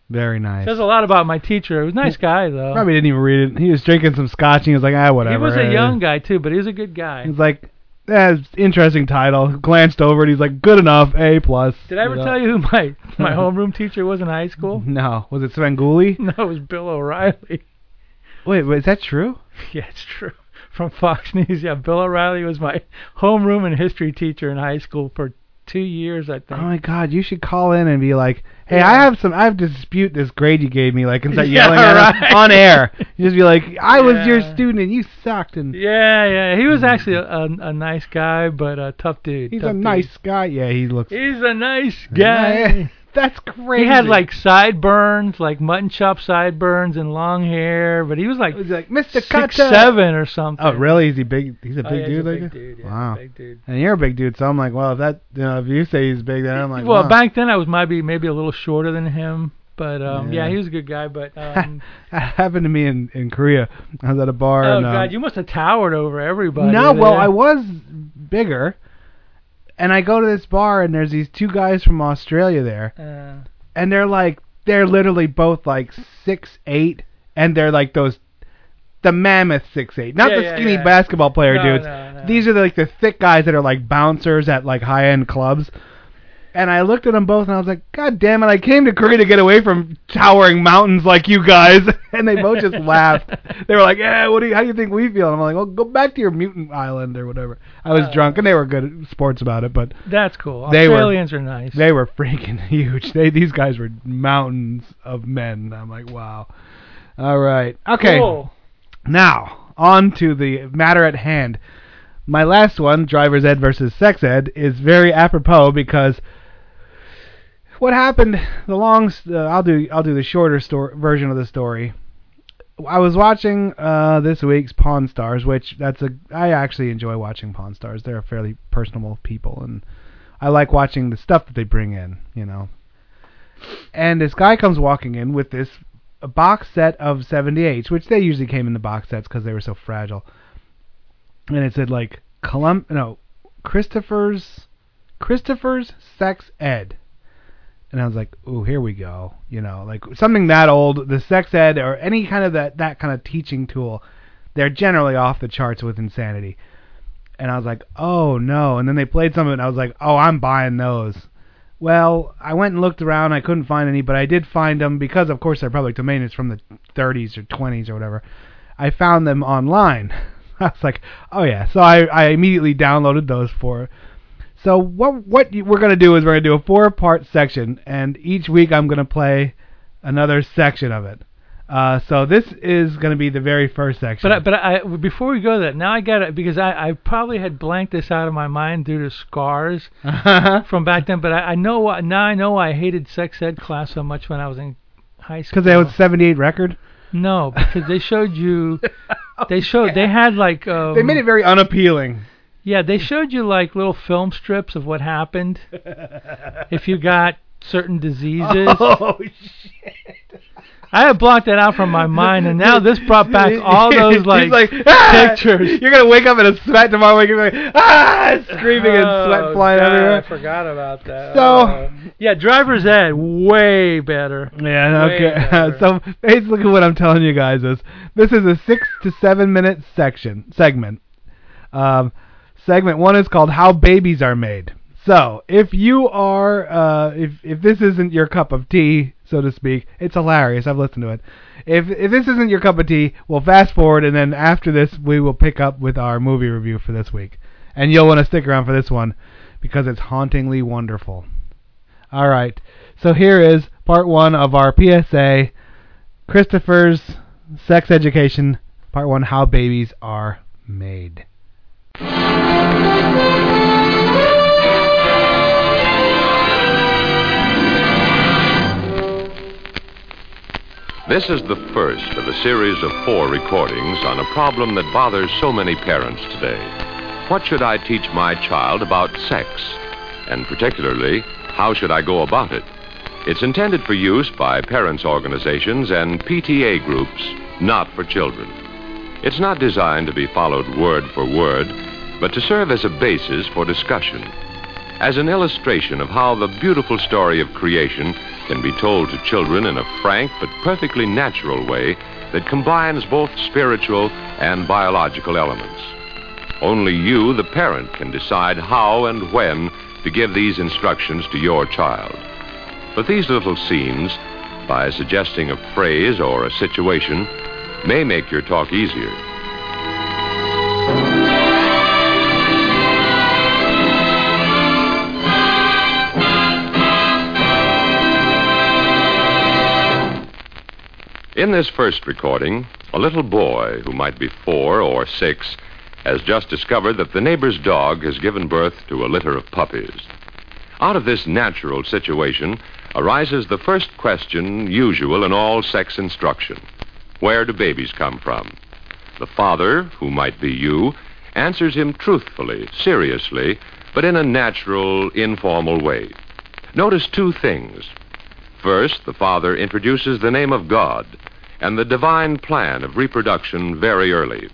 [SPEAKER 1] Very nice.
[SPEAKER 2] Says a lot about my teacher. He was a nice guy though.
[SPEAKER 1] Probably didn't even read it. He was drinking some scotch and he was like, ah,
[SPEAKER 2] he
[SPEAKER 1] whatever.
[SPEAKER 2] was a young guy too, but he was a good guy.
[SPEAKER 1] He's like, eh, it's interesting title. Glanced over it. He's like, good enough. A plus.
[SPEAKER 2] Did I ever tell you who my my homeroom teacher was in high school?
[SPEAKER 1] No. Was it Svengoolie?
[SPEAKER 2] No, it was Bill O'Reilly.
[SPEAKER 1] Wait, wait, is that true?
[SPEAKER 2] Yeah, it's true. From Fox News. Yeah, Bill O'Reilly was my homeroom and history teacher in high school for two years, I
[SPEAKER 1] Oh
[SPEAKER 2] think.
[SPEAKER 1] my God! You should call in and be like, "Hey,
[SPEAKER 2] Yeah.
[SPEAKER 1] I have some. I have to dispute this grade you gave me." Like, and start
[SPEAKER 2] Yeah,
[SPEAKER 1] yelling at us
[SPEAKER 2] right.
[SPEAKER 1] on air. You just be like, "I was your
[SPEAKER 2] Yeah.
[SPEAKER 1] student and you sucked." And
[SPEAKER 2] yeah, yeah. He was actually a, a, a nice guy, but a tough dude.
[SPEAKER 1] he's
[SPEAKER 2] tough
[SPEAKER 1] a
[SPEAKER 2] dude.
[SPEAKER 1] nice guy. Yeah, he looks.
[SPEAKER 2] He's a nice guy.
[SPEAKER 1] That's crazy.
[SPEAKER 2] He had like sideburns, like mutton chop sideburns and long hair, but he was like
[SPEAKER 1] It was like Mr.
[SPEAKER 2] six
[SPEAKER 1] Kata.
[SPEAKER 2] seven or something.
[SPEAKER 1] Oh, really? Is he big? He's a big
[SPEAKER 2] Oh, yeah, he's
[SPEAKER 1] dude,
[SPEAKER 2] a
[SPEAKER 1] like
[SPEAKER 2] big
[SPEAKER 1] that?
[SPEAKER 2] dude, yeah,
[SPEAKER 1] wow.
[SPEAKER 2] big dude.
[SPEAKER 1] And you're a big dude, so I'm like, well, if that you know, if you say he's big, then I'm like,
[SPEAKER 2] well,
[SPEAKER 1] wow.
[SPEAKER 2] back then I was maybe maybe a little shorter than him, but um, yeah.
[SPEAKER 1] Yeah.
[SPEAKER 2] he was a good guy. But um,
[SPEAKER 1] that happened to me in in Korea. I was at a bar.
[SPEAKER 2] oh
[SPEAKER 1] and, um,
[SPEAKER 2] god, you must have towered over everybody.
[SPEAKER 1] No, well,
[SPEAKER 2] there.
[SPEAKER 1] I was bigger, and I go to this bar, and there's these two guys from Australia there,
[SPEAKER 2] Uh,
[SPEAKER 1] and they're like, they're literally both like six eight, and they're like those, the mammoth six eight, not
[SPEAKER 2] Yeah,
[SPEAKER 1] the
[SPEAKER 2] yeah,
[SPEAKER 1] skinny
[SPEAKER 2] yeah.
[SPEAKER 1] basketball player
[SPEAKER 2] No,
[SPEAKER 1] dudes.
[SPEAKER 2] no, no.
[SPEAKER 1] These are like the thick guys that are like bouncers at like high end clubs. And I looked at them both, and I was like, "God damn it! I came to Korea to get away from towering mountains like you guys." And they both just laughed. They were like, "Yeah, what do you? How do you think we feel?" And I'm like, "Well, go back to your mutant island or whatever." I was
[SPEAKER 2] Oh.
[SPEAKER 1] drunk, and they were good at sports about it, but
[SPEAKER 2] that's cool.
[SPEAKER 1] They were-
[SPEAKER 2] Australians are nice.
[SPEAKER 1] they were freaking huge. They these guys were mountains of men. I'm like, wow. All right, okay.
[SPEAKER 2] Cool.
[SPEAKER 1] Now, on to the matter at hand. My last one, driver's ed versus sex ed, is very apropos because what happened? The long, s- uh, I'll do, I'll do the shorter story, version of the story. I was watching uh, this week's Pawn Stars, which that's a, I actually enjoy watching Pawn Stars. They're fairly personable people, and I like watching the stuff that they bring in, you know. And this guy comes walking in with this a box set of 78s, which they usually came in the box sets because they were so fragile. And it said like Colum no Christopher's Christopher's Sex Ed, and I was like, oh, here we go, you know, like something that old, the sex ed or any kind of that that kind of teaching tool, they're generally off the charts with insanity. And I was like, oh no. And then they played some of it, and I was like, oh, I'm buying those. Well, I went and looked around. I couldn't find any, but I did find them because, of course, their public domain is from the 30s or 20s or whatever. I found them online. I was like, oh yeah. So I, I immediately downloaded those for. So what what you- we're gonna do is we're gonna do a four part section, and each week I'm gonna play another section of it. Uh, so this is gonna be the very first section.
[SPEAKER 2] But I, but I before we go to that now I got it because I I probably had blanked this out of my mind due to scars from back then. But I, I know why- now I know why I hated sex ed class so much when I was in high school.
[SPEAKER 1] because they had 78 record,
[SPEAKER 2] no because they showed you they showed they had like um,
[SPEAKER 1] they made it very unappealing.
[SPEAKER 2] yeah they showed you like little film strips of what happened if you got certain diseases.
[SPEAKER 1] Oh
[SPEAKER 2] I had blocked that out from my mind and now this brought back all those
[SPEAKER 1] He's
[SPEAKER 2] like,
[SPEAKER 1] "Ah!"
[SPEAKER 2] pictures.
[SPEAKER 1] You're gonna wake up in a sweat tomorrow. Wake up like ah, screaming and sweat
[SPEAKER 2] Oh,
[SPEAKER 1] flying
[SPEAKER 2] God, I
[SPEAKER 1] everywhere.
[SPEAKER 2] forgot about that.
[SPEAKER 1] So-
[SPEAKER 2] Oh. yeah, driver's ed way better.
[SPEAKER 1] Yeah,
[SPEAKER 2] Way better.
[SPEAKER 1] okay. so basically, what I'm telling you guys is this is a six to seven minute section segment. Um, segment one is called "How Babies Are Made." So if you are, uh, if if this isn't your cup of tea, so to speak, it's hilarious. I've listened to it. If if this isn't your cup of tea, we'll fast forward, and then after this, we will pick up with our movie review for this week. And you'll want to stick around for this one because it's hauntingly wonderful. All right. So here is part one of our PSA Christopher's Sex Education, part one How Babies Are Made.
[SPEAKER 3] This is the first of a series of four recordings on a problem that bothers so many parents today. What should I teach my child about sex? And particularly, how should I go about it?
[SPEAKER 4] It's intended for use by parents' organizations and PTA groups, not for children. It's not designed to be followed word for word, but to serve as a basis for discussion, as an illustration of how the beautiful story of creation can be told to children in a frank but perfectly natural way that combines both spiritual and biological elements. Only you, the parent, can decide how and when to give these instructions to your child. But these little scenes, by suggesting a phrase or a situation, may make your talk easier. In this first recording, a little boy who might be four or six has just discovered that the neighbor's dog has given birth to a litter of puppies. Out of this natural situation arises the first question usual in all sex instruction Where do babies come from? The father, who might be you, answers him truthfully, seriously, but in a natural, informal way. Notice two things. First, the father introduces the name of God and the divine plan of reproduction very early.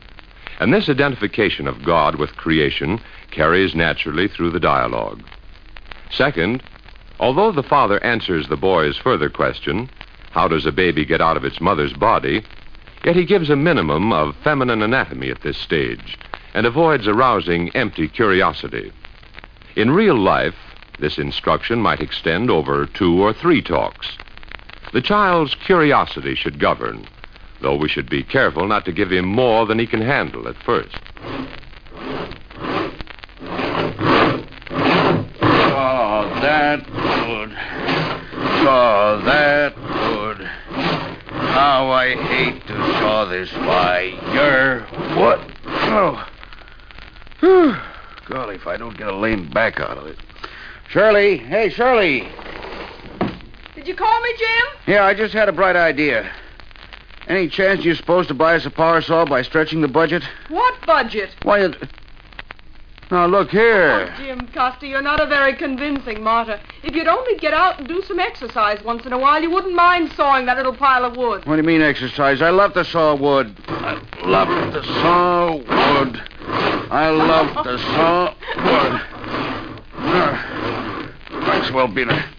[SPEAKER 4] And this identification of God with creation carries naturally through the dialogue. Second, although the father answers the boy's further question, how does a baby get out of its mother's body, yet he gives a minimum of feminine anatomy at this stage and avoids arousing empty curiosity. In real life, this instruction might extend over two or three talks. The child's curiosity should govern, though we should be careful not to give him more than he can handle at first.
[SPEAKER 5] Oh, that good. Oh, that good. How I hate to saw this by your what? Oh. Whew. Golly, if I don't get a lame back out of it. Shirley, hey Shirley.
[SPEAKER 6] Did you call me, Jim?
[SPEAKER 5] Yeah, I just had a bright idea. Any chance you're supposed to buy us a power saw by stretching the budget?
[SPEAKER 6] What budget?
[SPEAKER 5] Why, you... now look here.
[SPEAKER 6] Oh, Jim Costa, you're not a very convincing martyr. If you'd only get out and do some exercise once in a while, you wouldn't mind sawing that little pile of wood.
[SPEAKER 5] What do you mean exercise? I love to saw wood. I love to saw wood. I love to saw wood. Uh, might as well be in a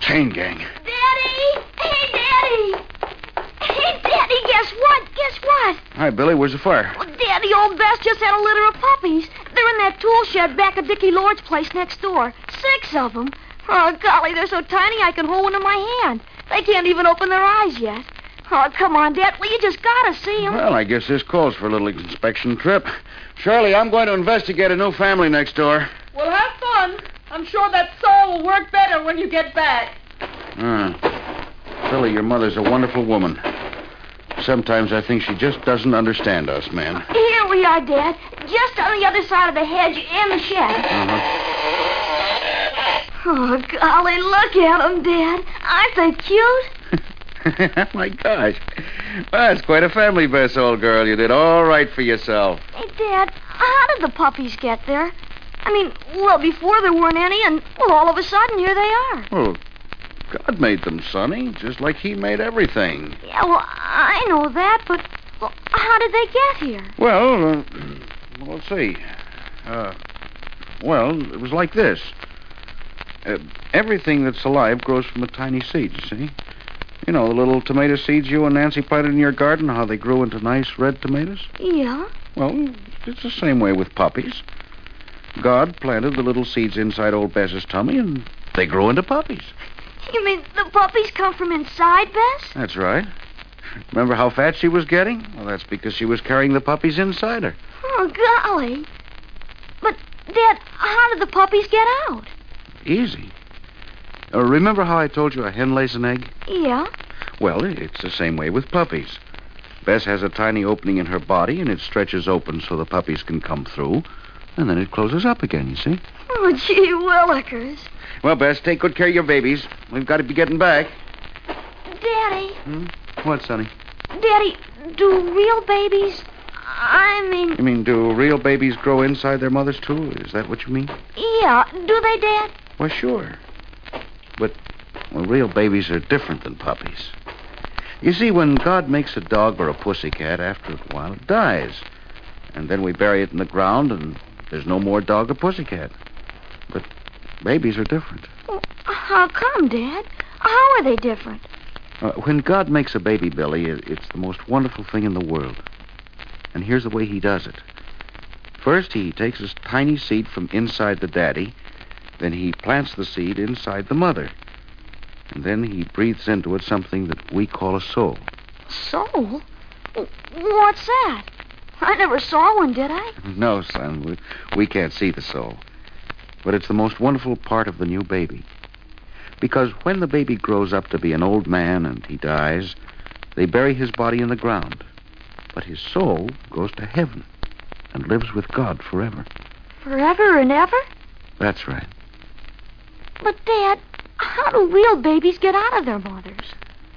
[SPEAKER 5] chain gang.
[SPEAKER 7] Daddy! Hey, Daddy! Hey, Daddy, guess what? Guess what?
[SPEAKER 5] Hi, Billy. Where's the fire?
[SPEAKER 7] Well, Daddy, old Bess just had a litter of puppies. They're in that tool shed back of Dickie Lord's place next door. Six of them. Oh, golly, they're so tiny I can hold one in my hand. They can't even open their eyes yet. Oh, come on, Dad. Well, you just gotta see them.
[SPEAKER 5] Well, I guess this calls for a little inspection trip. Shirley, I'm going to investigate a new family next door.
[SPEAKER 6] Well, have fun. I'm sure that saw will work better when you get back.
[SPEAKER 5] Ah. Billy, your mother's a wonderful woman. Sometimes I think she just doesn't understand us, man.
[SPEAKER 7] Here we are, Dad. Just on the other side of the hedge and the shed.
[SPEAKER 5] Uh-huh.
[SPEAKER 7] Oh, golly, look at them, Dad. Aren't they cute?
[SPEAKER 5] Uh-huh. My gosh. Well, it's quite a family best, old girl. You did all right for yourself.
[SPEAKER 7] Hey, Dad, how did the puppies get there? I mean, well, before there weren't any, and, well, all of a sudden, here they are.
[SPEAKER 5] Well, Oh, God made them, Sonny, just like He made everything.
[SPEAKER 7] Yeah, well, I know that, but well, how did they get here?
[SPEAKER 5] Well, uh, well, let's see. Uh, well, it was like this. Uh, everything that's alive grows from a tiny seed, you see? You know, the little tomato seeds you and Nancy planted in your garden, how they grew into nice red tomatoes?
[SPEAKER 7] Yeah.
[SPEAKER 5] Well, it's the same way with puppies. God planted the little seeds inside old Bess's tummy, and they grew into puppies.
[SPEAKER 7] You mean the puppies come from inside, Bess?
[SPEAKER 5] That's right. Remember how fat she was getting? Well, that's because she was carrying the puppies inside her.
[SPEAKER 7] Oh, golly. But, Dad, how did the puppies get out?
[SPEAKER 5] Easy. Uh, remember how I told you a hen lays an egg?
[SPEAKER 7] Yeah.
[SPEAKER 5] Well, it's the same way with puppies. Bess has a tiny opening in her body, and it stretches open so the puppies can come through, and then it closes up again, you see?
[SPEAKER 7] Oh, gee willikers.
[SPEAKER 5] Well, Bess, take good care of your babies. We've got to be getting back.
[SPEAKER 7] Daddy,
[SPEAKER 5] Hmm? What, Sonny?
[SPEAKER 7] Daddy, do real babies, I mean,
[SPEAKER 5] You mean, do real babies grow inside their mothers, too? Is that what you mean?
[SPEAKER 7] yeah, do they, Dad?
[SPEAKER 5] Well, sure. But
[SPEAKER 4] Well, real babies are different than puppies. You see, when God makes a dog or a pussycat, after a while it dies. And then we bury it in the ground, and there's no more dog or pussycat. But babies are different.
[SPEAKER 7] How come, Dad? How are they different?
[SPEAKER 4] Uh, when God makes a baby, Billy, it, it's the most wonderful thing in the world. And here's the way he does it. First, he takes a tiny seed from inside the daddy. Then he plants the seed inside the mother. And then he breathes into it something that we call a soul.
[SPEAKER 7] Soul? What's that? I never saw one, did I?
[SPEAKER 4] No, son, we, we can't see the soul. But it's the most wonderful part of the new baby. Because when the baby grows up to be an old man and he dies, they bury his body in the ground. But his soul goes to heaven and lives with God forever.
[SPEAKER 7] Forever and ever?
[SPEAKER 4] That's right.
[SPEAKER 7] But, Dad, how do real babies get out of their mothers?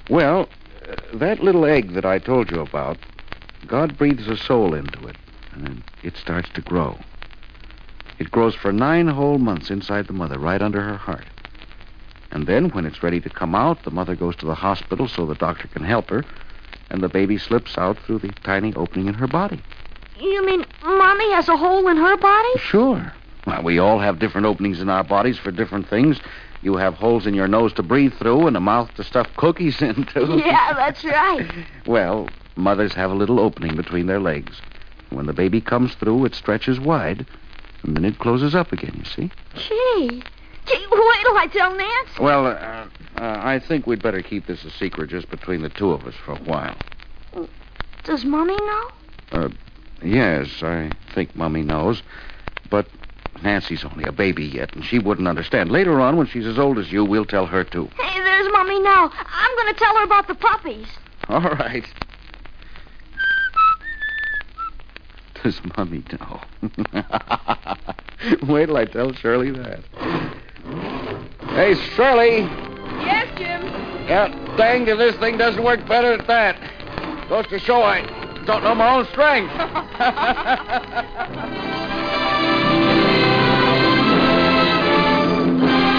[SPEAKER 4] Well, uh, that little egg that I told you about, God breathes a soul into it, and then it starts to grow. It grows for nine whole months inside the mother, right under her heart. And then, when it's ready to come out, the mother goes to the hospital so the doctor can help her, and the baby slips out through the tiny opening in her body.
[SPEAKER 7] You mean Mommy has a hole in her body?
[SPEAKER 4] Sure. Well, we all have different openings in our bodies for different things. You have holes in your nose to breathe through and a mouth to stuff cookies into.
[SPEAKER 7] Yeah, that's right.
[SPEAKER 4] Well, mothers have a little opening between their legs. When the baby comes through, it stretches wide, and then it closes up again, you see?
[SPEAKER 7] Gee. Gee, wait till I tell Nancy.
[SPEAKER 4] Well, uh, uh, I think we'd better keep this a secret just between the two of us for a while.
[SPEAKER 7] Does Mommy know?
[SPEAKER 4] Uh, yes, I think Mummy knows. But Nancy's only a baby yet, and she wouldn't understand. Later on, when she's as old as you, we'll tell her, too.
[SPEAKER 7] Hey, there's Mommy now. I'm going to tell her about the puppies.
[SPEAKER 4] All right. Does Mummy know? Wait till I tell Shirley that. Hey, Shirley!
[SPEAKER 6] Yes, Jim.
[SPEAKER 4] Yeah, danged if this thing doesn't work better at that. Goes to show I don't know my own strength.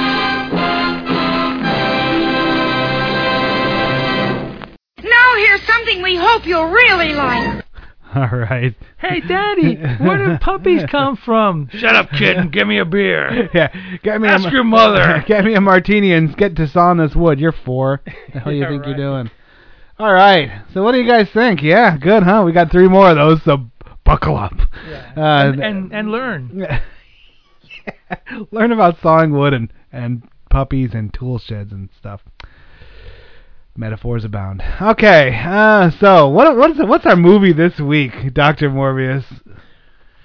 [SPEAKER 8] Now here's something we hope you'll really like.
[SPEAKER 1] All right.
[SPEAKER 2] Hey, Daddy, where did puppies come from? Shut up, kid, and give me a beer.
[SPEAKER 1] Yeah, get me a
[SPEAKER 2] Ask
[SPEAKER 1] ma-
[SPEAKER 2] your mother.
[SPEAKER 1] Get me a martini and get to sawing this wood. You're four. The hell you
[SPEAKER 2] Yeah,
[SPEAKER 1] think
[SPEAKER 2] right.
[SPEAKER 1] you're doing? All right. So what do you guys think? Yeah, good, huh? We got three more of those. So buckle up. Uh,
[SPEAKER 2] And, and and
[SPEAKER 1] Mm.
[SPEAKER 2] learn.
[SPEAKER 1] learn about sawing wood and and puppies and tool sheds and stuff. Metaphors abound. Okay. Uh, so what what's what's our movie this week, Doctor Morbius?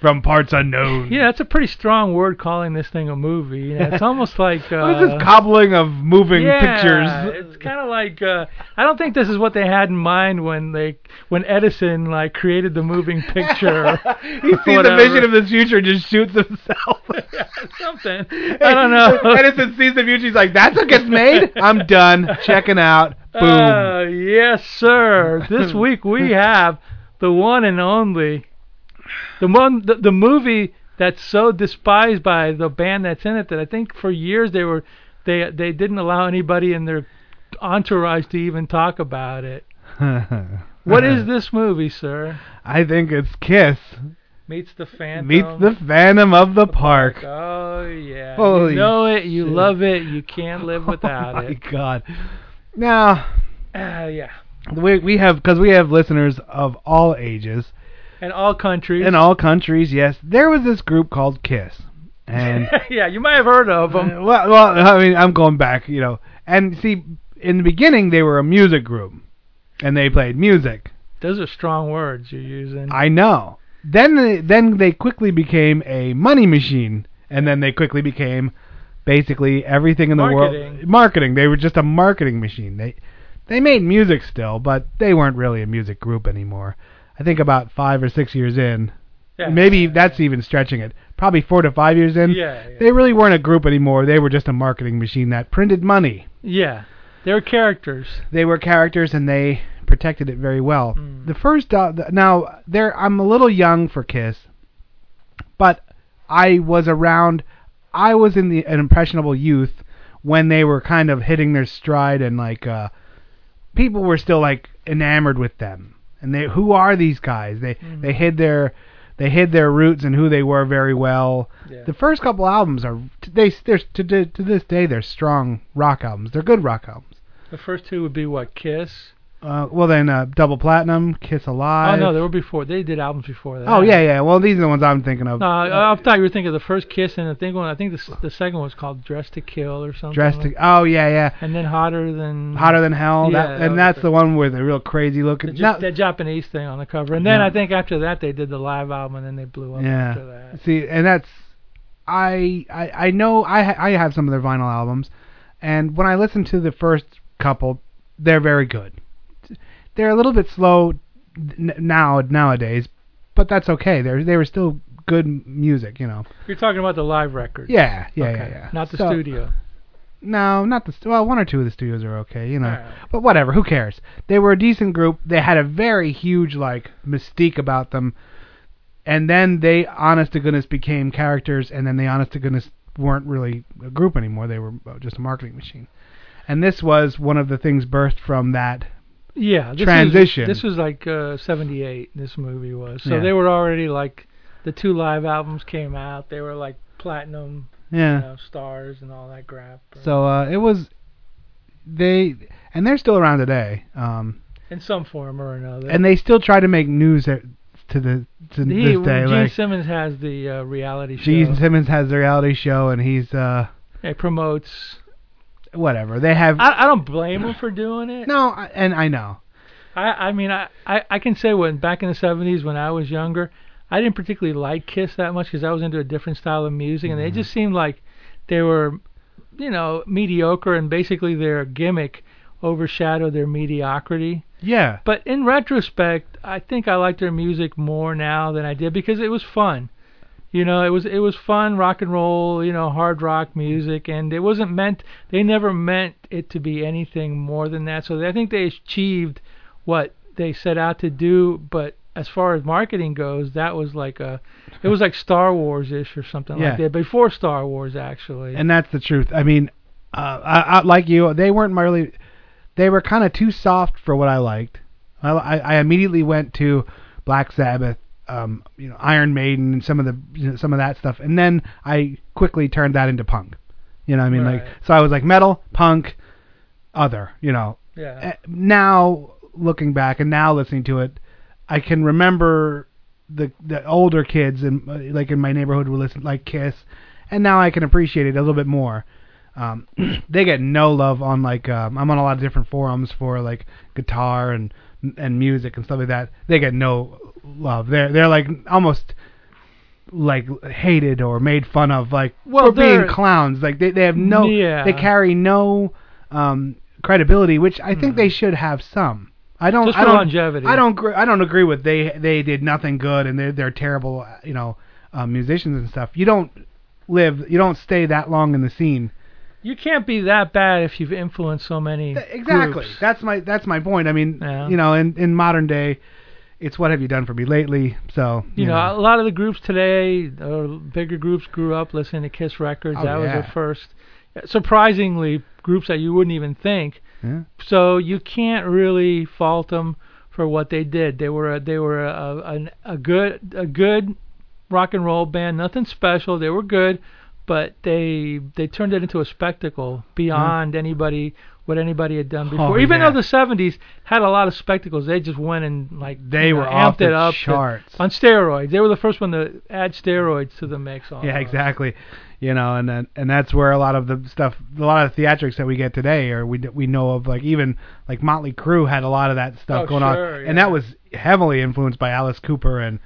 [SPEAKER 1] From parts unknown.
[SPEAKER 2] Yeah, that's a pretty strong word calling this thing a movie. You know, it's almost like uh,
[SPEAKER 1] What is this cobbling of moving
[SPEAKER 2] yeah,
[SPEAKER 1] pictures?
[SPEAKER 2] It's kind of like uh, I don't think this is what they had in mind when they when Edison like created the moving picture.
[SPEAKER 1] He sees a
[SPEAKER 2] Whatever.
[SPEAKER 1] vision of the future and just shoots himself.
[SPEAKER 2] Something I don't know.
[SPEAKER 1] Edison sees the future. He's like, "That's what gets made. I'm done. Checking out. Boom."
[SPEAKER 2] Uh, yes, sir. This week we have the one and only, the one, the, the movie that's so despised by the band that's in it that I think for years they were, they they didn't allow anybody in their entourage to even talk about it. Uh. What is this movie, sir?
[SPEAKER 1] I think it's Kiss
[SPEAKER 2] Meets the Phantom.
[SPEAKER 1] meets the Phantom of the Park.
[SPEAKER 2] Oh yeah.
[SPEAKER 1] Holy
[SPEAKER 2] you know it. You
[SPEAKER 1] shit.
[SPEAKER 2] love it. You can't live without
[SPEAKER 1] oh my
[SPEAKER 2] it.
[SPEAKER 1] God. Now
[SPEAKER 2] Uh, yeah.
[SPEAKER 1] we we have because we have listeners of all ages.
[SPEAKER 2] And all countries.
[SPEAKER 1] in all countries. Yes, there was this group called Kiss, and
[SPEAKER 2] yeah, you might have heard of them.
[SPEAKER 1] Uh, well, well, I mean, I'm going back, you know, and see, in the beginning they were a music group, and they played music.
[SPEAKER 2] Those are strong words you're using.
[SPEAKER 1] I know. Then they, then they quickly became a money machine, and then they quickly became basically everything in the world
[SPEAKER 2] Marketing.
[SPEAKER 1] marketing. They were just a marketing machine. They they made music still, but they weren't really a music group anymore. I think about five or six years in,
[SPEAKER 2] Yeah.
[SPEAKER 1] maybe that's even stretching it. Probably four to five years in.
[SPEAKER 2] Yeah, yeah.
[SPEAKER 1] They really weren't a group anymore. They were just a marketing machine that printed money.
[SPEAKER 2] yeah. They're characters.
[SPEAKER 1] They were characters and they protected it very well. The first uh, the, now there I'm a little young for Kiss, but I was around. I was in the an impressionable youth when they were kind of hitting their stride and like uh people were still like enamored with them. And they who are these guys? They they hid their they hid their roots and who they were very well.
[SPEAKER 2] Yeah.
[SPEAKER 1] The first couple albums are they they're to, to to this day they're strong rock albums. They're good rock albums.
[SPEAKER 2] The first two would be what Kiss.
[SPEAKER 1] Uh, well then uh, Double Platinum, Kiss
[SPEAKER 2] Oh
[SPEAKER 1] Alive.
[SPEAKER 2] no, they were before. They did albums before that.
[SPEAKER 1] Oh yeah, yeah. Well, these are the ones I'm thinking of.
[SPEAKER 2] No, I, I thought you were thinking of the first Kiss and the thing one. I think the s- the second one was called Dress to Kill or something.
[SPEAKER 1] Dressed.
[SPEAKER 2] like-
[SPEAKER 1] To, oh yeah, yeah.
[SPEAKER 2] And then hotter than
[SPEAKER 1] Hotter than hell.
[SPEAKER 2] Mm-hmm. Yeah,
[SPEAKER 1] that,
[SPEAKER 2] that was
[SPEAKER 1] and that's
[SPEAKER 2] the-
[SPEAKER 1] the one with the real crazy looking.
[SPEAKER 2] the, Ja-
[SPEAKER 1] not-
[SPEAKER 2] the Japanese thing on the cover. And then
[SPEAKER 1] Yeah.
[SPEAKER 2] I think after that they did the live album and then they blew up
[SPEAKER 1] Yeah.
[SPEAKER 2] after that.
[SPEAKER 1] See, and that's I I, I know I ha- I have some of their vinyl albums, and when I listen to the first couple, they're very good. They're a little bit slow n- now nowadays, but that's okay. They they were still good music, you know.
[SPEAKER 2] You're talking about the live record.
[SPEAKER 1] Yeah, yeah,
[SPEAKER 2] Okay.
[SPEAKER 1] yeah, yeah.
[SPEAKER 2] Not the
[SPEAKER 1] So-
[SPEAKER 2] studio.
[SPEAKER 1] No, not the stu- well, one or two of the studios are okay, you know.
[SPEAKER 2] Alright.
[SPEAKER 1] But whatever, who cares? They were a decent group. They had a very huge like mystique about them, and then they, honest to goodness, became characters, and then they, honest to goodness, weren't really a group anymore. They were uh, just a marketing machine. And this was one of the things birthed from that.
[SPEAKER 2] Yeah. This is-
[SPEAKER 1] Transition.
[SPEAKER 2] this was like uh, 78. This movie was. So
[SPEAKER 1] Yeah.
[SPEAKER 2] they were already like the two live albums came out. They were like platinum you
[SPEAKER 1] Yeah.
[SPEAKER 2] know, stars and all that crap.
[SPEAKER 1] So uh, it was they, and they're still around today. Um,
[SPEAKER 2] in some form or another.
[SPEAKER 1] and they still try to make news uh, to the to
[SPEAKER 2] he,
[SPEAKER 1] this day.
[SPEAKER 2] Gene
[SPEAKER 1] like,
[SPEAKER 2] Simmons has the uh, reality show.
[SPEAKER 1] Gene Simmons has the reality show, and he's uh
[SPEAKER 2] It promotes.
[SPEAKER 1] whatever they have.
[SPEAKER 2] I, I don't blame him for doing it.
[SPEAKER 1] no, I- and I know.
[SPEAKER 2] I, I mean, I, I, I can say when back in the 70s when I was younger, I didn't particularly like Kiss that much because I was into a different style of music, and they just seemed like they were, you know, mediocre, and basically their gimmick overshadowed their mediocrity.
[SPEAKER 1] Yeah,
[SPEAKER 2] But in retrospect, I think I like their music more now than I did because it was fun. You know, it was it was fun rock and roll, you know, hard rock music, and it wasn't meant. They never meant it to be anything more than that. So I think they achieved what they set out to do. But as far as marketing goes, that was like a, it was like Star Wars ish or something
[SPEAKER 1] Yeah.
[SPEAKER 2] like that. Before Star Wars, actually.
[SPEAKER 1] and that's the truth. I mean, uh, I, I like you. They weren't really. They were kind of too soft for what I liked. I, I, I immediately went to Black Sabbath, um, you know, Iron Maiden, and some of the you know, some of that stuff, and then I quickly turned that into punk. You know, what I mean,
[SPEAKER 2] Right.
[SPEAKER 1] like so I was like metal, punk, other. You know,
[SPEAKER 2] yeah.
[SPEAKER 1] uh, now looking back and now listening to it, I can remember the the older kids and uh, like in my neighborhood would listen like Kiss, and now I can appreciate it a little bit more. Um, they get no love on like um, I'm on a lot of different forums for like guitar and and music and stuff like that. They get no love. They're they're like almost like hated or made fun of like
[SPEAKER 2] Well,
[SPEAKER 1] for being
[SPEAKER 2] they're-
[SPEAKER 1] clowns. Like they they have no
[SPEAKER 2] Yeah.
[SPEAKER 1] they carry no um credibility, which I think they should have some. I don't.
[SPEAKER 2] Hmm. Just
[SPEAKER 1] I
[SPEAKER 2] for
[SPEAKER 1] don't,
[SPEAKER 2] longevity.
[SPEAKER 1] I don't. gr- I don't agree with they. They did nothing good, and they're they're terrible. uh, You know, uh, musicians and stuff. You don't live. You don't stay that long in the scene.
[SPEAKER 2] You can't be that bad if you've influenced so many.
[SPEAKER 1] Exactly.
[SPEAKER 2] groups.
[SPEAKER 1] That's my. That's my point. I mean,
[SPEAKER 2] Yeah.
[SPEAKER 1] you know, in in modern day, it's what have you done for me lately? So
[SPEAKER 2] you know, a lot of the groups today, or bigger groups, grew up listening to Kiss records.
[SPEAKER 1] Oh,
[SPEAKER 2] that was
[SPEAKER 1] yeah.
[SPEAKER 2] their first. Surprisingly, groups that you wouldn't even think.
[SPEAKER 1] Yeah.
[SPEAKER 2] So you can't really fault them for what they did. They were a, they were a, a, an- a good a good rock and roll band. Nothing special. They were good, but they they turned it into a spectacle beyond anybody what anybody had done before. even
[SPEAKER 1] Mm-hmm. Oh, yeah.
[SPEAKER 2] though the 70s had a lot of spectacles, they just went and like
[SPEAKER 1] They
[SPEAKER 2] you know,
[SPEAKER 1] were
[SPEAKER 2] amped
[SPEAKER 1] off the
[SPEAKER 2] it up to-
[SPEAKER 1] charts.
[SPEAKER 2] on steroids. They were the first one to add steroids to the mix. Almost.
[SPEAKER 1] Yeah, exactly. You know, and then, and that's where a lot of the stuff, a lot of the theatrics that we get today, or we d- we know of, like even like Motley Crue had a lot of that stuff
[SPEAKER 2] Oh,
[SPEAKER 1] going
[SPEAKER 2] sure,
[SPEAKER 1] on,
[SPEAKER 2] yeah.
[SPEAKER 1] and that was heavily influenced by Alice Cooper and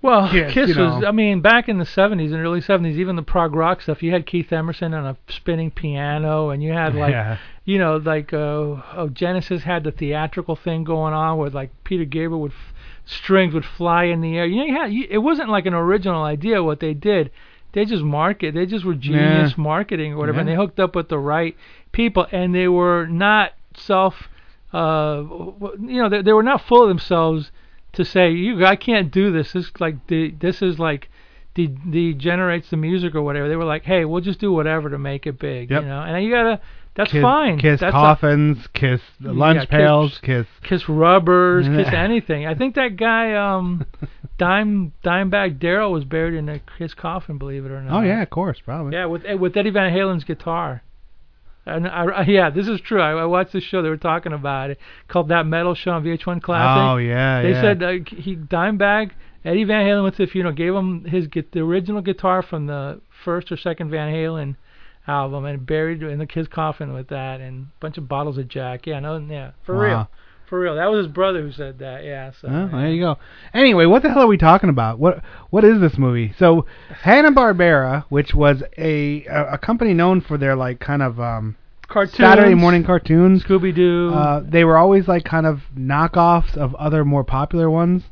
[SPEAKER 2] Well,
[SPEAKER 1] Kiss,
[SPEAKER 2] Kiss,
[SPEAKER 1] you
[SPEAKER 2] was.
[SPEAKER 1] know.
[SPEAKER 2] I mean, back in the '70s and early '70s, even the prog rock stuff. You had Keith Emerson on a spinning piano, and you had like,
[SPEAKER 1] yeah,
[SPEAKER 2] you know, like uh, oh, Genesis had the theatrical thing going on with like Peter Gabriel would f- strings would fly in the air. You know, you had, you, it wasn't like an original idea what they did. They just market. They just were genius marketing or whatever, and
[SPEAKER 1] Yeah.
[SPEAKER 2] they hooked up with the right people, and they were not self. Uh, w- w- you know, they, they were not full of themselves to say you I can't do this. This like the, this is like de- degenerates the music or whatever. They were like, hey, we'll just do whatever to make it big,
[SPEAKER 1] Yep.
[SPEAKER 2] you know. And you gotta, that's
[SPEAKER 1] Kiss,
[SPEAKER 2] fine.
[SPEAKER 1] Kiss
[SPEAKER 2] that's a-
[SPEAKER 1] coffins, kiss
[SPEAKER 2] Yeah,
[SPEAKER 1] lunch
[SPEAKER 2] kiss-
[SPEAKER 1] pails, kiss.
[SPEAKER 2] kiss rubbers,
[SPEAKER 1] Yeah.
[SPEAKER 2] kiss anything. I think that guy, um, Dime Dimebag Daryl was buried in a, his coffin, believe it or not.
[SPEAKER 1] Oh yeah, of course, probably.
[SPEAKER 2] Uh-huh. Yeah, with eh, with Eddie Van Halen's guitar. And I, I- yeah, this is true. I, I watched this show. They were talking about it called that metal show on VH1 Classic.
[SPEAKER 1] Oh yeah,
[SPEAKER 2] They
[SPEAKER 1] yeah.
[SPEAKER 2] said uh, he Dimebag Eddie Van Halen went to the funeral, gave him his gu- the original guitar from the first or second Van Halen album, and buried in the his coffin with that, and a bunch of bottles of Jack. Yeah, no, yeah, for
[SPEAKER 1] Wow.
[SPEAKER 2] real, for real. That was his brother who said that. Yeah, so
[SPEAKER 1] Well, Oh, there you go. Anyway, what the hell are we talking about? What what is this movie? So Hanna Barbera, which was a a a company known for their like kind of um,
[SPEAKER 2] cartoons,
[SPEAKER 1] Saturday morning cartoons.
[SPEAKER 2] Scooby Doo.
[SPEAKER 1] Uh, they were always like kind of knockoffs of other more popular ones.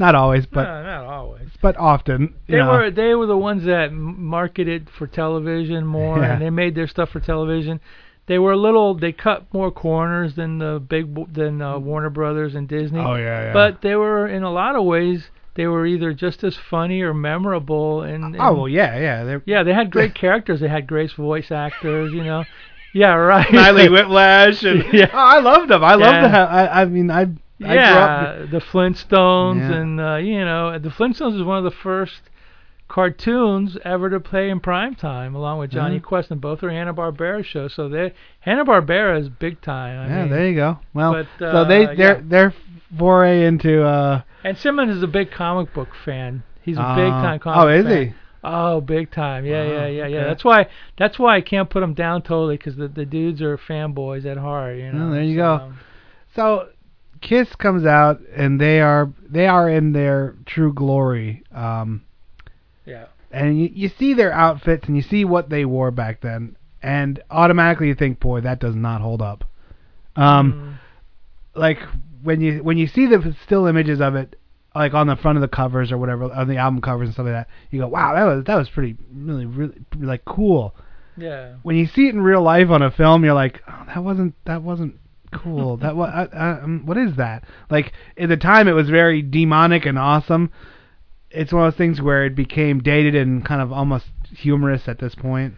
[SPEAKER 1] Not always, but
[SPEAKER 2] no, not always.
[SPEAKER 1] but often. you
[SPEAKER 2] They
[SPEAKER 1] know.
[SPEAKER 2] were they were the ones that m- marketed for television more,
[SPEAKER 1] Yeah.
[SPEAKER 2] and they made their stuff for television. They were a little they cut more corners than the big bo- than uh, Warner Brothers and Disney.
[SPEAKER 1] Oh yeah, yeah.
[SPEAKER 2] But they were in a lot of ways they were either just as funny or memorable and, and-
[SPEAKER 1] oh well, yeah, yeah. They're
[SPEAKER 2] yeah, they had great characters. They had great voice actors, you know. Yeah, right.
[SPEAKER 1] Whiplash and
[SPEAKER 2] Yeah.
[SPEAKER 1] Oh, I loved them. I
[SPEAKER 2] Yeah.
[SPEAKER 1] loved the. I, I mean, I. I grew up,
[SPEAKER 2] yeah, the Flintstones
[SPEAKER 1] Yeah.
[SPEAKER 2] and uh, you know, the Flintstones is one of the first cartoons ever to play in prime time, along with Johnny
[SPEAKER 1] Mhm.
[SPEAKER 2] Quest, and both are Hanna Barbera shows. So they Hanna Barbera is big time. I
[SPEAKER 1] yeah,
[SPEAKER 2] mean,
[SPEAKER 1] there you go. Well,
[SPEAKER 2] but, uh,
[SPEAKER 1] so they their
[SPEAKER 2] yeah.
[SPEAKER 1] their foray into uh
[SPEAKER 2] and Simmons is a big comic book fan. He's a big
[SPEAKER 1] uh,
[SPEAKER 2] time comic.
[SPEAKER 1] Oh, is
[SPEAKER 2] fan.
[SPEAKER 1] he?
[SPEAKER 2] Oh, big time. Yeah,
[SPEAKER 1] Wow,
[SPEAKER 2] yeah, yeah, yeah.
[SPEAKER 1] okay.
[SPEAKER 2] That's why that's why I can't put them down totally because the, the dudes are fanboys at heart. You know.
[SPEAKER 1] Well, Oh, there you
[SPEAKER 2] so, um,
[SPEAKER 1] go. So Kiss comes out and they are they are in their true glory. Um
[SPEAKER 2] Yeah.
[SPEAKER 1] and you, you see their outfits and you see what they wore back then and automatically you think, boy, that does not hold up. Um
[SPEAKER 2] Mm.
[SPEAKER 1] like when you when you see the still images of it like on the front of the covers or whatever on the album covers and stuff like that you go wow that was that was pretty really really like cool
[SPEAKER 2] Mm, yeah.
[SPEAKER 1] when you see it in real life on a film you're like oh, that wasn't that wasn't cool that was I, I, um, what is that like at the time it was very demonic and awesome it's one of those things where it became dated and kind of almost humorous at this point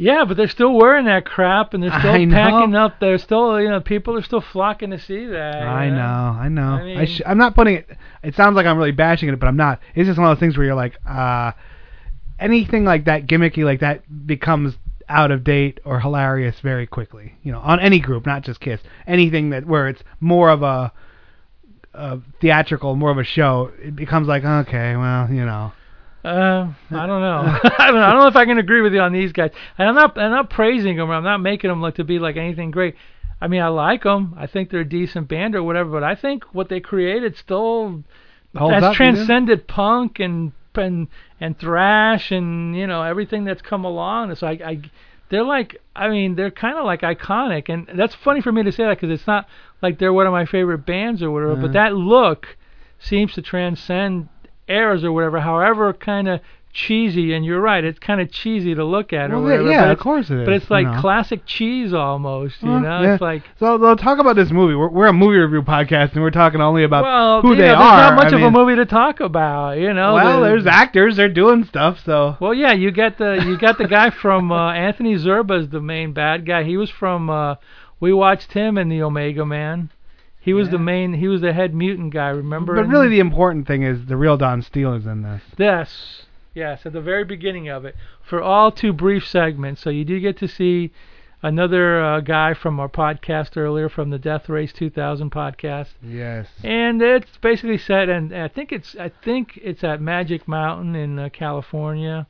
[SPEAKER 2] Yeah, but they're still wearing that crap and they're still
[SPEAKER 1] I know.
[SPEAKER 2] packing up. They're still, you know, people are still flocking to see that. you
[SPEAKER 1] I know, I know.
[SPEAKER 2] I
[SPEAKER 1] I
[SPEAKER 2] mean-
[SPEAKER 1] sh- I'm not putting it. It sounds like I'm really bashing it, but I'm not. It's just one of those things where you're like, uh, anything like that, gimmicky like that, becomes out of date or hilarious very quickly. You know, on any group, not just Kiss. Anything that where it's more of a, a theatrical, more of a show, it becomes like, okay, well, you know,
[SPEAKER 2] Uh, I don't know. I don't know. I don't know if I can agree with you on these guys. And I'm not. I'm not praising them. I'm not making them look to be like anything great. I mean, I like them. I think they're a decent band or whatever. But I think what they created still
[SPEAKER 1] holds
[SPEAKER 2] that's
[SPEAKER 1] up, you know?
[SPEAKER 2] transcended punk and and and thrash and you know everything that's come along. So I, I they're like I mean they're kind of like iconic, and that's funny for me to say that because it's not like they're one of my favorite bands or whatever. But
[SPEAKER 1] Mhm.
[SPEAKER 2] that look seems to transcend eras or whatever. However, kind of cheesy, and you're right, it's kind of cheesy to look at or
[SPEAKER 1] Well,
[SPEAKER 2] whatever.
[SPEAKER 1] yeah,
[SPEAKER 2] but
[SPEAKER 1] of
[SPEAKER 2] it's-
[SPEAKER 1] course it is.
[SPEAKER 2] But it's
[SPEAKER 1] you
[SPEAKER 2] like
[SPEAKER 1] know.
[SPEAKER 2] classic cheese almost. You
[SPEAKER 1] Well,
[SPEAKER 2] know,
[SPEAKER 1] yeah.
[SPEAKER 2] it's like.
[SPEAKER 1] So they'll talk about this movie. We're, we're a movie review podcast, and we're talking only about
[SPEAKER 2] Well,
[SPEAKER 1] Uh, who
[SPEAKER 2] you
[SPEAKER 1] they
[SPEAKER 2] know,
[SPEAKER 1] are.
[SPEAKER 2] there's not
[SPEAKER 1] I
[SPEAKER 2] much of
[SPEAKER 1] mean-
[SPEAKER 2] a movie to talk about, you know.
[SPEAKER 1] Oh, well,
[SPEAKER 2] the-
[SPEAKER 1] there's actors. They're doing stuff. So
[SPEAKER 2] Well, yeah, you got the you got the guy from uh, Anthony Zerba is the main bad guy. He was from uh, we watched him in the Omega Man. He was the
[SPEAKER 1] Yeah.
[SPEAKER 2] main. He was the head mutant guy. Remember?
[SPEAKER 1] But
[SPEAKER 2] in-
[SPEAKER 1] really, the important thing is the real Don Steele is in this.
[SPEAKER 2] yes, yes, at the very beginning of it, for all two brief segments. So you do get to see another uh, guy from our podcast earlier from the Death Race 2000 podcast.
[SPEAKER 1] Yes.
[SPEAKER 2] And it's basically set, and I think it's I think it's at Magic Mountain in uh, California,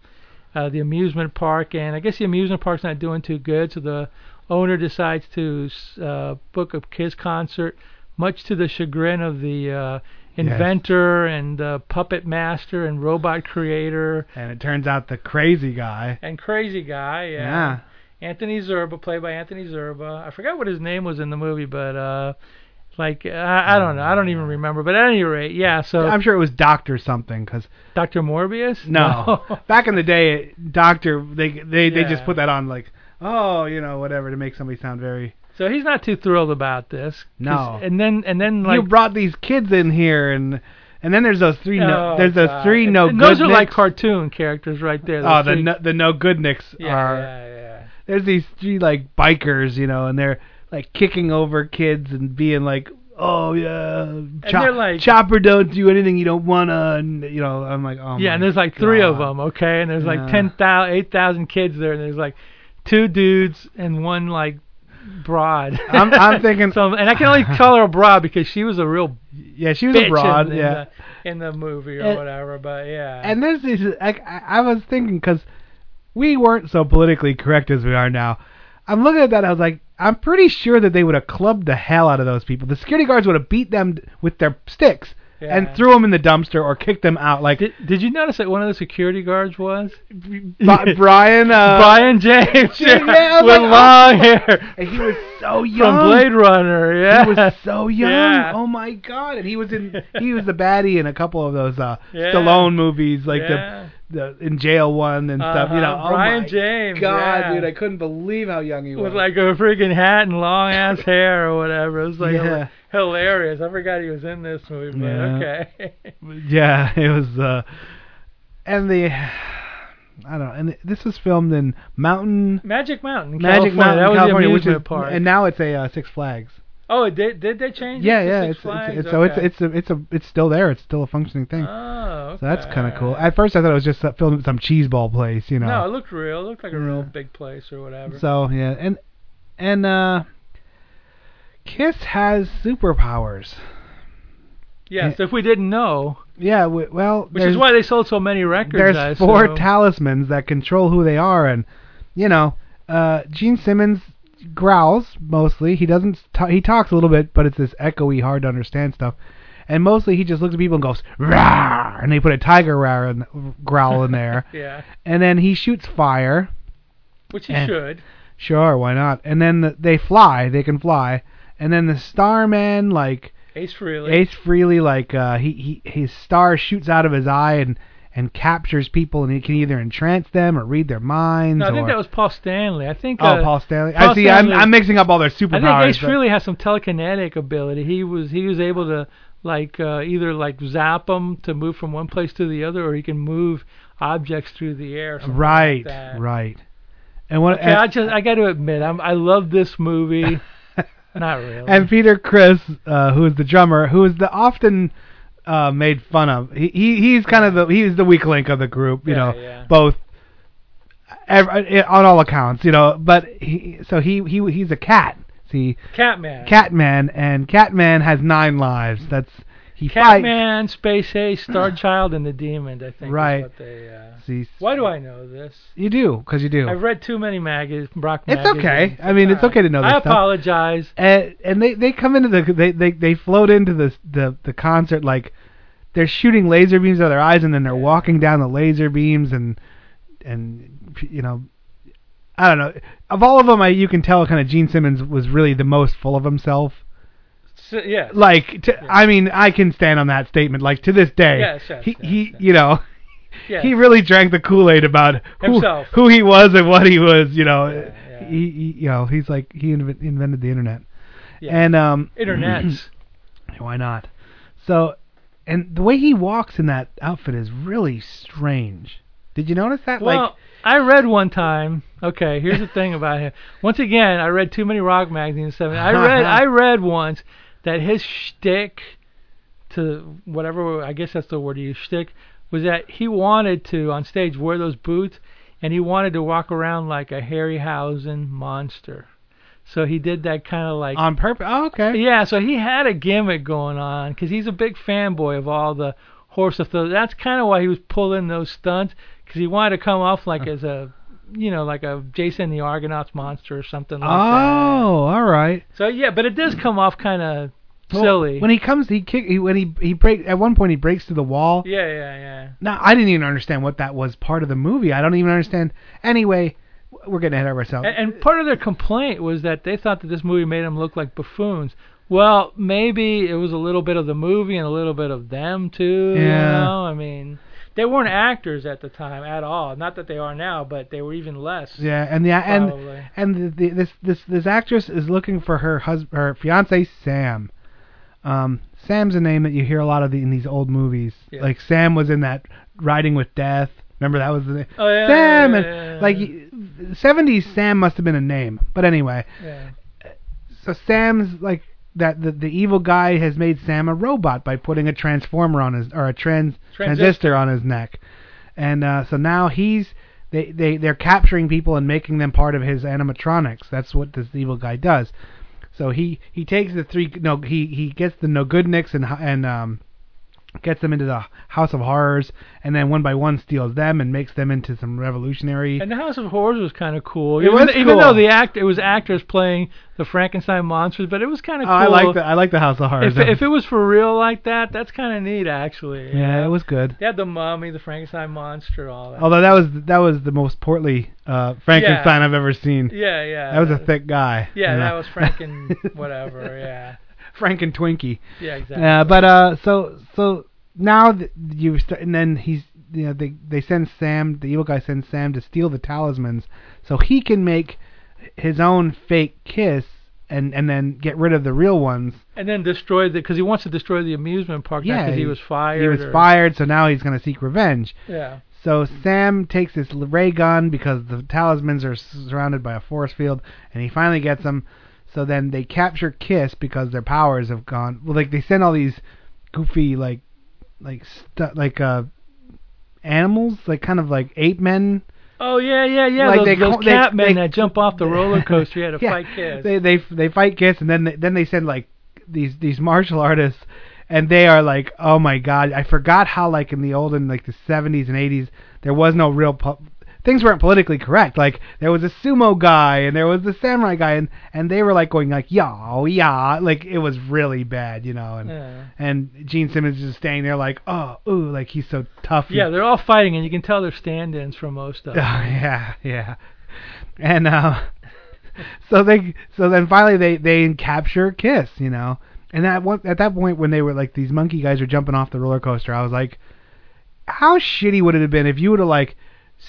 [SPEAKER 2] uh, the amusement park. And I guess the amusement park's not doing too good, so the owner decides to uh, book a Kiss concert, much to the chagrin of the uh, inventor and uh, puppet master and robot creator
[SPEAKER 1] And it turns out the crazy guy.
[SPEAKER 2] and crazy guy.
[SPEAKER 1] Yeah.
[SPEAKER 2] Anthony Zerba, played by Anthony Zerba. I forgot what his name was in the movie, but uh, like I, I don't know, I don't even remember. But at any rate, yeah. So
[SPEAKER 1] I'm sure it was Doctor something because
[SPEAKER 2] Doctor Morbius?
[SPEAKER 1] no, back in the day, Doctor they they they
[SPEAKER 2] Yeah.
[SPEAKER 1] just put that on like oh you know whatever to make somebody sound very.
[SPEAKER 2] so he's not too thrilled about this. 'Cause-
[SPEAKER 1] No.
[SPEAKER 2] And then and then like
[SPEAKER 1] you brought these kids in here and And then there's those three. No,
[SPEAKER 2] Oh,
[SPEAKER 1] there's those
[SPEAKER 2] God.
[SPEAKER 1] three no
[SPEAKER 2] And
[SPEAKER 1] good.
[SPEAKER 2] Those are like
[SPEAKER 1] nicks.
[SPEAKER 2] cartoon characters right there.
[SPEAKER 1] Oh,
[SPEAKER 2] those
[SPEAKER 1] the
[SPEAKER 2] three-
[SPEAKER 1] no, the no good nicks
[SPEAKER 2] yeah,
[SPEAKER 1] are.
[SPEAKER 2] yeah, yeah.
[SPEAKER 1] There's these three like bikers, you know, and they're like kicking over kids and being like, oh yeah, chop-
[SPEAKER 2] they're like-
[SPEAKER 1] chopper don't do anything you don't wanna, and you know, I'm like, oh
[SPEAKER 2] Yeah,
[SPEAKER 1] my
[SPEAKER 2] and there's like three of
[SPEAKER 1] God.
[SPEAKER 2] them, okay? And there's like
[SPEAKER 1] Yeah.
[SPEAKER 2] ten thousand, eight thousand kids there, and there's like two dudes and one like broad.
[SPEAKER 1] I'm- I'm thinking-
[SPEAKER 2] so, and I can only call her a broad because she was a real
[SPEAKER 1] Yeah, she was
[SPEAKER 2] bitch
[SPEAKER 1] abroad.
[SPEAKER 2] in,
[SPEAKER 1] yeah.
[SPEAKER 2] in, the, in the movie or
[SPEAKER 1] And-
[SPEAKER 2] whatever. But yeah,
[SPEAKER 1] And there's these. I, I I was thinking because we weren't so politically correct as we are now. I'm looking at that. I was like, I'm pretty sure that they would have clubbed the hell out of those people. The security guards would have beat them with their sticks
[SPEAKER 2] Yeah.
[SPEAKER 1] and threw them in the dumpster or kicked them out. Like
[SPEAKER 2] did, did you notice that one of the security guards was
[SPEAKER 1] Bri- Brian. Uh,
[SPEAKER 2] Brian James
[SPEAKER 1] yeah, I was
[SPEAKER 2] with
[SPEAKER 1] like,
[SPEAKER 2] long
[SPEAKER 1] oh.
[SPEAKER 2] hair
[SPEAKER 1] And he was so young.
[SPEAKER 2] from Blade Runner? Yeah,
[SPEAKER 1] He was so young.
[SPEAKER 2] Yeah.
[SPEAKER 1] Oh my god! And he was in. He was the baddie in a couple of those uh,
[SPEAKER 2] Yeah.
[SPEAKER 1] Stallone movies, like
[SPEAKER 2] Yeah.
[SPEAKER 1] the the in jail one and stuff. You know,
[SPEAKER 2] Uh-huh,
[SPEAKER 1] Oh
[SPEAKER 2] Brian
[SPEAKER 1] my
[SPEAKER 2] James,
[SPEAKER 1] God,
[SPEAKER 2] yeah.
[SPEAKER 1] dude, I couldn't believe how young he was.
[SPEAKER 2] with like a freaking hat and long ass hair or whatever. It was like
[SPEAKER 1] Yeah.
[SPEAKER 2] hil- hilarious. I forgot he was in this movie, but
[SPEAKER 1] Yeah.
[SPEAKER 2] okay.
[SPEAKER 1] yeah, it was. Uh, and the I don't know. And this was filmed in Mountain
[SPEAKER 2] Magic Mountain,
[SPEAKER 1] Magic
[SPEAKER 2] California.
[SPEAKER 1] Mountain,
[SPEAKER 2] That was
[SPEAKER 1] California,
[SPEAKER 2] the
[SPEAKER 1] which
[SPEAKER 2] amusement
[SPEAKER 1] is
[SPEAKER 2] park.
[SPEAKER 1] and now it's a uh, Six Flags.
[SPEAKER 2] oh, it did did they change?
[SPEAKER 1] yeah,
[SPEAKER 2] it to
[SPEAKER 1] yeah,
[SPEAKER 2] Six
[SPEAKER 1] it's,
[SPEAKER 2] Flags?
[SPEAKER 1] it's, it's so it's
[SPEAKER 2] Okay.
[SPEAKER 1] it's a, it's a it's still there. It's still a functioning thing.
[SPEAKER 2] Oh,
[SPEAKER 1] So that's kind of
[SPEAKER 2] okay.
[SPEAKER 1] cool. At first, I thought it was just uh, filmed at some cheese ball place, you know.
[SPEAKER 2] No, it looked real. It looked like a real
[SPEAKER 1] Yeah.
[SPEAKER 2] big place or whatever.
[SPEAKER 1] So yeah, and and uh, Kiss has superpowers.
[SPEAKER 2] yeah, so if we didn't know,
[SPEAKER 1] Yeah, w- well,
[SPEAKER 2] which
[SPEAKER 1] there's,
[SPEAKER 2] is why they sold so many records. I
[SPEAKER 1] there's four
[SPEAKER 2] assume.
[SPEAKER 1] talismans that control who they are, and you know, uh, Gene Simmons growls mostly. He doesn't. T- he talks a little bit, but it's this echoey, hard to understand stuff. And mostly, he just looks at people and goes "rawr," and they put a tiger "rawr" in, growl in there.
[SPEAKER 2] Yeah,
[SPEAKER 1] and then he shoots fire.
[SPEAKER 2] which he
[SPEAKER 1] Eh.
[SPEAKER 2] should.
[SPEAKER 1] Sure, why not? And then the, they fly. They can fly. And then the Starman, like
[SPEAKER 2] Ace Frehley.
[SPEAKER 1] Ace Freely, like uh, he he his star shoots out of his eye and and captures people, and he can either entrance them or read their minds.
[SPEAKER 2] No, I think
[SPEAKER 1] or-
[SPEAKER 2] that was Paul Stanley. I think.
[SPEAKER 1] oh
[SPEAKER 2] uh,
[SPEAKER 1] Paul Stanley.
[SPEAKER 2] Paul
[SPEAKER 1] I see. I'm,
[SPEAKER 2] Stanley-
[SPEAKER 1] I'm mixing up all their
[SPEAKER 2] I
[SPEAKER 1] superpowers.
[SPEAKER 2] think Ace
[SPEAKER 1] but-
[SPEAKER 2] really has some telekinetic ability. He was he was able to like uh, either like zap them to move from one place to the other, or he can move objects through the air. or something like
[SPEAKER 1] right,
[SPEAKER 2] that.
[SPEAKER 1] right. And what?
[SPEAKER 2] Okay, I
[SPEAKER 1] and,
[SPEAKER 2] just I got to admit, I'm, I love this movie. Not really.
[SPEAKER 1] and Peter Chris, uh, who is the drummer, who is the often uh, made fun of. He, he he's kind of the he's the weak link of the group, you
[SPEAKER 2] Yeah,
[SPEAKER 1] know.
[SPEAKER 2] yeah.
[SPEAKER 1] Both ev- uh, on all accounts, you know. But he so he he he's a cat. See,
[SPEAKER 2] Catman.
[SPEAKER 1] Catman and Catman has nine lives. That's he fights.
[SPEAKER 2] Catman, Space Ace, Star Child, and the Demon. I think. is
[SPEAKER 1] Right.
[SPEAKER 2] what they, uh,
[SPEAKER 1] He's-
[SPEAKER 2] why do I know this?
[SPEAKER 1] You do, because you do.
[SPEAKER 2] I've read too many magazines. Brock
[SPEAKER 1] It's
[SPEAKER 2] magazines.
[SPEAKER 1] okay. I mean, it's
[SPEAKER 2] all right.
[SPEAKER 1] okay to know this
[SPEAKER 2] I
[SPEAKER 1] stuff.
[SPEAKER 2] apologize.
[SPEAKER 1] and, and they they come into the they they they float into the the the concert like they're shooting laser beams out of their eyes and then they're walking down the laser beams and and you know I don't know of all of them I you can tell kind of Gene Simmons was really the most full of himself
[SPEAKER 2] So, yes.
[SPEAKER 1] like to, I mean I can stand on that statement like to this day
[SPEAKER 2] Yes, yes,
[SPEAKER 1] he
[SPEAKER 2] yes,
[SPEAKER 1] he
[SPEAKER 2] yes.
[SPEAKER 1] you know
[SPEAKER 2] yes.
[SPEAKER 1] he really drank the Kool Aid about who,
[SPEAKER 2] Himself.
[SPEAKER 1] who he was and what he was. You know,
[SPEAKER 2] yeah.
[SPEAKER 1] He, he you know he's like he inv- invented the internet,
[SPEAKER 2] Yeah.
[SPEAKER 1] and um,
[SPEAKER 2] internets.
[SPEAKER 1] why not? So, and the way he walks in that outfit is really strange. Did you notice that?
[SPEAKER 2] Well,
[SPEAKER 1] like,
[SPEAKER 2] I read one time. Okay, here's the thing about him. Once again, I read too many rock magazines. Seven. I read. I read once that his shtick to whatever I guess that's the word he used shtick was that he wanted to on stage wear those boots and he wanted to walk around like a Harryhausen monster. So he did that kind of like
[SPEAKER 1] on purpose. Oh, okay.
[SPEAKER 2] yeah, so he had a gimmick going on 'cause he's a big fanboy of all the horse stuff. So that's kind of why he was pulling those stunts 'cause he wanted to come off
[SPEAKER 1] Uh.
[SPEAKER 2] like as a, you know, like a Jason the Argonauts monster or something like that.
[SPEAKER 1] Oh, all right.
[SPEAKER 2] So yeah, but it does come off kind of
[SPEAKER 1] Well,
[SPEAKER 2] silly.
[SPEAKER 1] When he comes, he kick. He, when he he break at one point, he breaks through the wall.
[SPEAKER 2] yeah, yeah, yeah.
[SPEAKER 1] Now I didn't even understand what that was part of the movie. I don't even understand. Anyway, we're getting ahead of ourselves.
[SPEAKER 2] And, and part of their complaint was that they thought that this movie made them look like buffoons. Well, maybe it was a little bit of the movie and a little bit of them too.
[SPEAKER 1] Yeah.
[SPEAKER 2] You know? I mean, they weren't actors at the time at all. Not that they are now, but they were even less.
[SPEAKER 1] Yeah, and the
[SPEAKER 2] Probably.
[SPEAKER 1] and and the, the, this this this actress is looking for her husband, her fiance Sam. Um, Sam's a name that you hear a lot of the, in these old movies.
[SPEAKER 2] Yeah.
[SPEAKER 1] Like Sam was in that Riding with Death. Remember that was the name.
[SPEAKER 2] Oh, yeah,
[SPEAKER 1] Sam
[SPEAKER 2] yeah,
[SPEAKER 1] and
[SPEAKER 2] yeah, yeah.
[SPEAKER 1] like y- 70s Sam must have been a name. But anyway,
[SPEAKER 2] Yeah.
[SPEAKER 1] so Sam's like that the, the evil guy has made Sam a robot by putting a transformer on his or a trans
[SPEAKER 2] Transist-
[SPEAKER 1] transistor on his neck, and uh, so now he's they they they're capturing people and making them part of his animatronics. That's what this evil guy does. So he he takes the three no he he gets the no good nicks and and um gets them into the house of horrors and then one by one steals them and makes them into some revolutionary
[SPEAKER 2] And the House of Horrors was kind of cool.
[SPEAKER 1] It
[SPEAKER 2] even,
[SPEAKER 1] was
[SPEAKER 2] even though
[SPEAKER 1] cool.
[SPEAKER 2] the act it was actors playing the Frankenstein monsters, but it was kind
[SPEAKER 1] Oh,
[SPEAKER 2] of cool.
[SPEAKER 1] I like the I like the house of horrors.
[SPEAKER 2] If, if it was for real like that, that's kind of neat actually. you
[SPEAKER 1] yeah,
[SPEAKER 2] know?
[SPEAKER 1] it was Oh, good.
[SPEAKER 2] They had the mummy, the Frankenstein monster, all that.
[SPEAKER 1] Although that was that was the most portly uh, Frankenstein
[SPEAKER 2] Yeah.
[SPEAKER 1] I've ever seen.
[SPEAKER 2] yeah, yeah.
[SPEAKER 1] That was a thick guy.
[SPEAKER 2] Yeah,
[SPEAKER 1] You know.
[SPEAKER 2] that was Franken whatever. Yeah,
[SPEAKER 1] Frank and Twinkie.
[SPEAKER 2] yeah, exactly.
[SPEAKER 1] Yeah, but uh, so so now th- you st- and then he's you know they they send Sam the evil guy sends Sam to steal the talismans so he can make his own fake kiss and and then get rid of the real ones.
[SPEAKER 2] and then destroyed the because he wants to destroy the amusement park.
[SPEAKER 1] Yeah,
[SPEAKER 2] because he,
[SPEAKER 1] he-
[SPEAKER 2] was fired.
[SPEAKER 1] He was
[SPEAKER 2] or-
[SPEAKER 1] fired, so now he's gonna seek revenge.
[SPEAKER 2] Yeah,
[SPEAKER 1] So Sam takes this l- ray gun because the talismans are surrounded by a force field, and he finally gets them. So then they capture Kiss because their powers have gone. Well, like they send all these goofy like like stu- like uh animals, like kind of like ape men.
[SPEAKER 2] Oh yeah, yeah, yeah.
[SPEAKER 1] Like
[SPEAKER 2] those
[SPEAKER 1] they
[SPEAKER 2] those
[SPEAKER 1] call- they-
[SPEAKER 2] cat men
[SPEAKER 1] they-
[SPEAKER 2] that jump off the roller coaster. You had to
[SPEAKER 1] yeah,
[SPEAKER 2] fight kids.
[SPEAKER 1] They they they fight Kiss, and then they, then they send like these these martial artists. And they are like, oh my god! I forgot how like in the olden like the 70s and 80s there was no real po- things weren't politically correct. Like there was a sumo guy and there was the samurai guy, and and they were like going like yeah, oh yeah, like it was really bad, you know. And
[SPEAKER 2] Yeah.
[SPEAKER 1] and Gene Simmons is staying there like oh ooh, like he's so tough. and-
[SPEAKER 2] yeah, they're all fighting, and you can tell they're stand-ins for most of
[SPEAKER 1] Oh,
[SPEAKER 2] them.
[SPEAKER 1] yeah, yeah. And uh, so they, so then finally they they capture Kiss, you know. And that one at that point when they were like these monkey guys are jumping off the roller coaster, I was like, how shitty would it have been if you would have like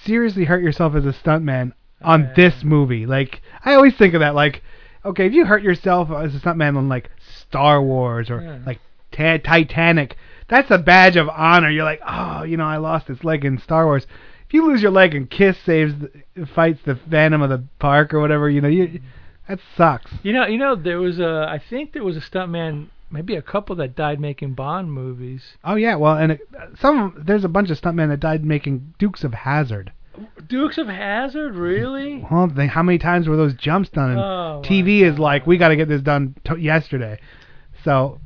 [SPEAKER 1] seriously hurt yourself as a stuntman on
[SPEAKER 2] Yeah.
[SPEAKER 1] this movie? Like I always think of that, like okay, if you hurt yourself as a stuntman on like Star Wars or
[SPEAKER 2] Yeah.
[SPEAKER 1] like ta- Titanic, that's a badge of honor. You're like, oh, you know, I lost this leg in Star Wars. If you lose your leg and Kiss saves, the, fights the Phantom of the Park or whatever, you know,
[SPEAKER 2] Mm.
[SPEAKER 1] you that sucks.
[SPEAKER 2] You know, you know, there was a. I think there was a stuntman, maybe a couple that died making Bond movies.
[SPEAKER 1] Oh yeah, well, and it, some there's a bunch of stuntmen that died making Dukes of Hazard.
[SPEAKER 2] Dukes of Hazard, really?
[SPEAKER 1] Well, they, how many times were those jumps done? And
[SPEAKER 2] Oh, my
[SPEAKER 1] TV is like, we got to get this done t- yesterday. So,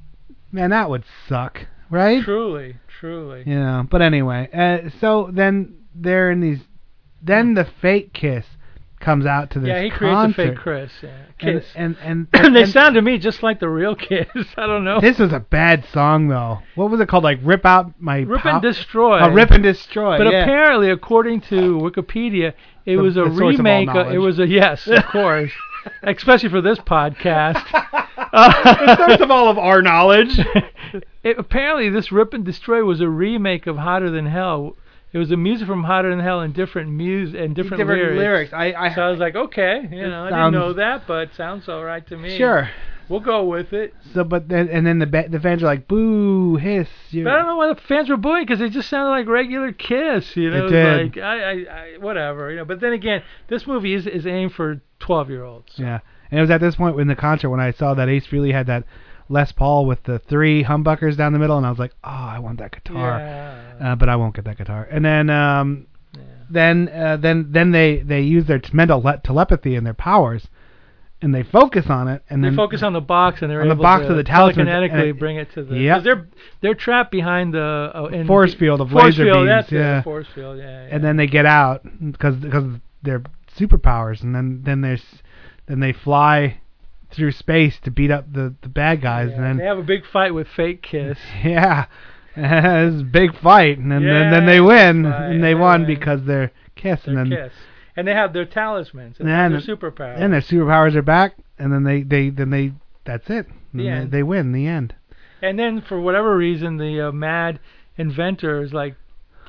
[SPEAKER 1] man, that would suck, right?
[SPEAKER 2] Truly, truly.
[SPEAKER 1] You know, but anyway, uh, so then they're in these. Then the fake kiss comes out to this
[SPEAKER 2] Yeah, he creates
[SPEAKER 1] concert,
[SPEAKER 2] a fake Chris. Yeah.
[SPEAKER 1] and-
[SPEAKER 2] Kiss.
[SPEAKER 1] and and,
[SPEAKER 2] they
[SPEAKER 1] and-
[SPEAKER 2] sound to me just like the real Kiss. I don't know.
[SPEAKER 1] This was a bad song though. What was it called? Like rip out my
[SPEAKER 2] Rip
[SPEAKER 1] pow-
[SPEAKER 2] and destroy.
[SPEAKER 1] Uh, rip and destroy.
[SPEAKER 2] But
[SPEAKER 1] yeah.
[SPEAKER 2] apparently, according to Wikipedia,
[SPEAKER 1] The-
[SPEAKER 2] it was a
[SPEAKER 1] the source of all
[SPEAKER 2] remake. Of, it
[SPEAKER 1] knowledge.
[SPEAKER 2] was a yes, of course, especially for this podcast. uh,
[SPEAKER 1] the source of all of our knowledge.
[SPEAKER 2] It, apparently, this Rip and Destroy was a remake of Hotter Than Hell. It was the music from Hotter Than Hell and different music and different, lyrics.
[SPEAKER 1] I, I
[SPEAKER 2] So I was like, okay, you know, I didn't
[SPEAKER 1] sounds-
[SPEAKER 2] know that, but it sounds all right to me.
[SPEAKER 1] sure.
[SPEAKER 2] we'll go with it.
[SPEAKER 1] So, but then and then the ba- the fans are like, boo, hiss. you
[SPEAKER 2] But I don't know why the fans were booing because it just sounded like regular Kiss, you know.
[SPEAKER 1] It did.
[SPEAKER 2] Like I, I, I, whatever, you know. But then again, this movie is is aimed for twelve year olds.
[SPEAKER 1] Yeah, and it was at this point in the concert when I saw that Ace Frehley had that Les Paul with the three humbuckers down the middle, and I was like, oh, I want that guitar,
[SPEAKER 2] Yeah.
[SPEAKER 1] uh, but I won't get that guitar. And then, um, then, uh, then, then they they use their t- mental le- telepathy and their powers, and they focus on it, and
[SPEAKER 2] They
[SPEAKER 1] then
[SPEAKER 2] focus on the box and they're
[SPEAKER 1] on the
[SPEAKER 2] able
[SPEAKER 1] box
[SPEAKER 2] to
[SPEAKER 1] of the talisman,
[SPEAKER 2] telekinetically
[SPEAKER 1] and it-
[SPEAKER 2] bring it to the.
[SPEAKER 1] Yep.
[SPEAKER 2] 'cause they're they're trapped behind the oh, and
[SPEAKER 1] Force field of
[SPEAKER 2] force
[SPEAKER 1] laser
[SPEAKER 2] field,
[SPEAKER 1] beams,
[SPEAKER 2] That's it,
[SPEAKER 1] yeah.
[SPEAKER 2] force field. Yeah. yeah.
[SPEAKER 1] and then they get out because because their superpowers, and then then there's then they fly through space to beat up the the bad guys,
[SPEAKER 2] Yeah,
[SPEAKER 1] and then
[SPEAKER 2] they have a big fight with fake kiss.
[SPEAKER 1] Yeah, it's a big fight, and then
[SPEAKER 2] Yeah,
[SPEAKER 1] then, then they
[SPEAKER 2] big
[SPEAKER 1] win,
[SPEAKER 2] fight,
[SPEAKER 1] and
[SPEAKER 2] they
[SPEAKER 1] they won
[SPEAKER 2] win.
[SPEAKER 1] because they're kissed,
[SPEAKER 2] Their
[SPEAKER 1] and then
[SPEAKER 2] kiss. And they have their talismans. And
[SPEAKER 1] Yeah,
[SPEAKER 2] their
[SPEAKER 1] and-
[SPEAKER 2] superpowers.
[SPEAKER 1] and their superpowers are back, and then they they then they that's it, and
[SPEAKER 2] The
[SPEAKER 1] they,
[SPEAKER 2] end.
[SPEAKER 1] they win the end.
[SPEAKER 2] And then for whatever reason, the uh, mad inventor is like,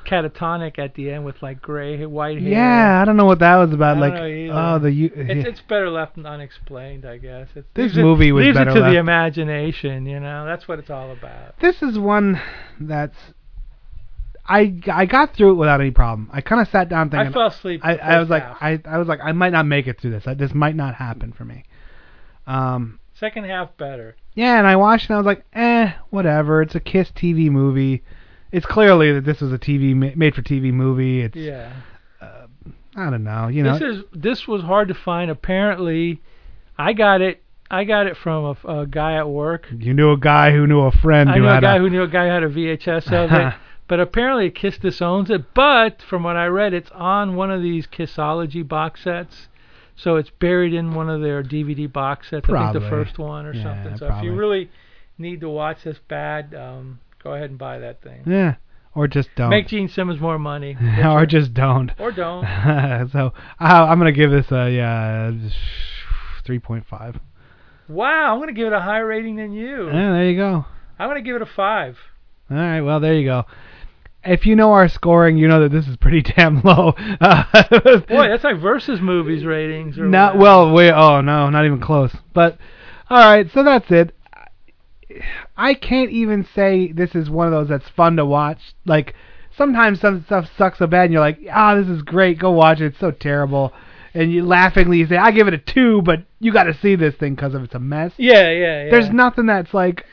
[SPEAKER 2] catatonic at the end with like gray, white hair.
[SPEAKER 1] Yeah, I don't know what that was about.
[SPEAKER 2] I
[SPEAKER 1] like,
[SPEAKER 2] don't know
[SPEAKER 1] oh,
[SPEAKER 2] either.
[SPEAKER 1] the you.
[SPEAKER 2] It's, it's better left unexplained, I guess. It's,
[SPEAKER 1] This
[SPEAKER 2] leaves it-
[SPEAKER 1] movie was
[SPEAKER 2] leaves
[SPEAKER 1] better
[SPEAKER 2] it to
[SPEAKER 1] left-
[SPEAKER 2] the imagination, you know. That's what it's all about.
[SPEAKER 1] this is one that's. I I got through it without any problem. I kind of sat down thinking.
[SPEAKER 2] I fell asleep.
[SPEAKER 1] I,
[SPEAKER 2] the
[SPEAKER 1] I was
[SPEAKER 2] first
[SPEAKER 1] like
[SPEAKER 2] half.
[SPEAKER 1] I, I was like I might not make it through this. I, this might not happen for me. Um,
[SPEAKER 2] second half better.
[SPEAKER 1] yeah, and I watched and I was like, eh, whatever. It's a Kiss TV movie. It's clearly that this was a TV ma- made for TV movie. It's
[SPEAKER 2] Yeah.
[SPEAKER 1] I don't know, you know.
[SPEAKER 2] This is this was hard to find. Apparently, I got it. I got it from a, a guy at work.
[SPEAKER 1] you knew a guy who knew a friend
[SPEAKER 2] I
[SPEAKER 1] who
[SPEAKER 2] knew a
[SPEAKER 1] had
[SPEAKER 2] guy
[SPEAKER 1] a
[SPEAKER 2] who knew a guy who had a VHS of it. But apparently, Kiss disowns it. But from what I read, it's on one of these Kissology box sets. So it's buried in one of their DVD box sets. I think
[SPEAKER 1] Probably.
[SPEAKER 2] the first one or
[SPEAKER 1] Yeah,
[SPEAKER 2] something. So if
[SPEAKER 1] probably.
[SPEAKER 2] you really need to watch this bad, um, go ahead and buy that thing.
[SPEAKER 1] yeah, or just don't,
[SPEAKER 2] Make Gene Simmons more money.
[SPEAKER 1] or just don't.
[SPEAKER 2] or don't.
[SPEAKER 1] so I, I'm gonna give this a yeah, 3.5.
[SPEAKER 2] Wow, I'm going to give it a higher rating than you.
[SPEAKER 1] Yeah, there you go.
[SPEAKER 2] I'm going to give it a five.
[SPEAKER 1] All right, well there you go. If you know our scoring, you know that this is pretty damn low. Uh,
[SPEAKER 2] Boy, that's like versus movies ratings. Or
[SPEAKER 1] not
[SPEAKER 2] whatever.
[SPEAKER 1] well. Wait, oh no, not even close. But all right, so that's it. I can't even say this is one of those that's fun to watch. Like sometimes some stuff sucks so bad, and you're like, ah, this is great. Go watch it. It's so terrible. And you laughingly say, I give it a two, but you got to see this thing because of it's a mess.
[SPEAKER 2] Yeah, yeah, yeah.
[SPEAKER 1] There's nothing that's like,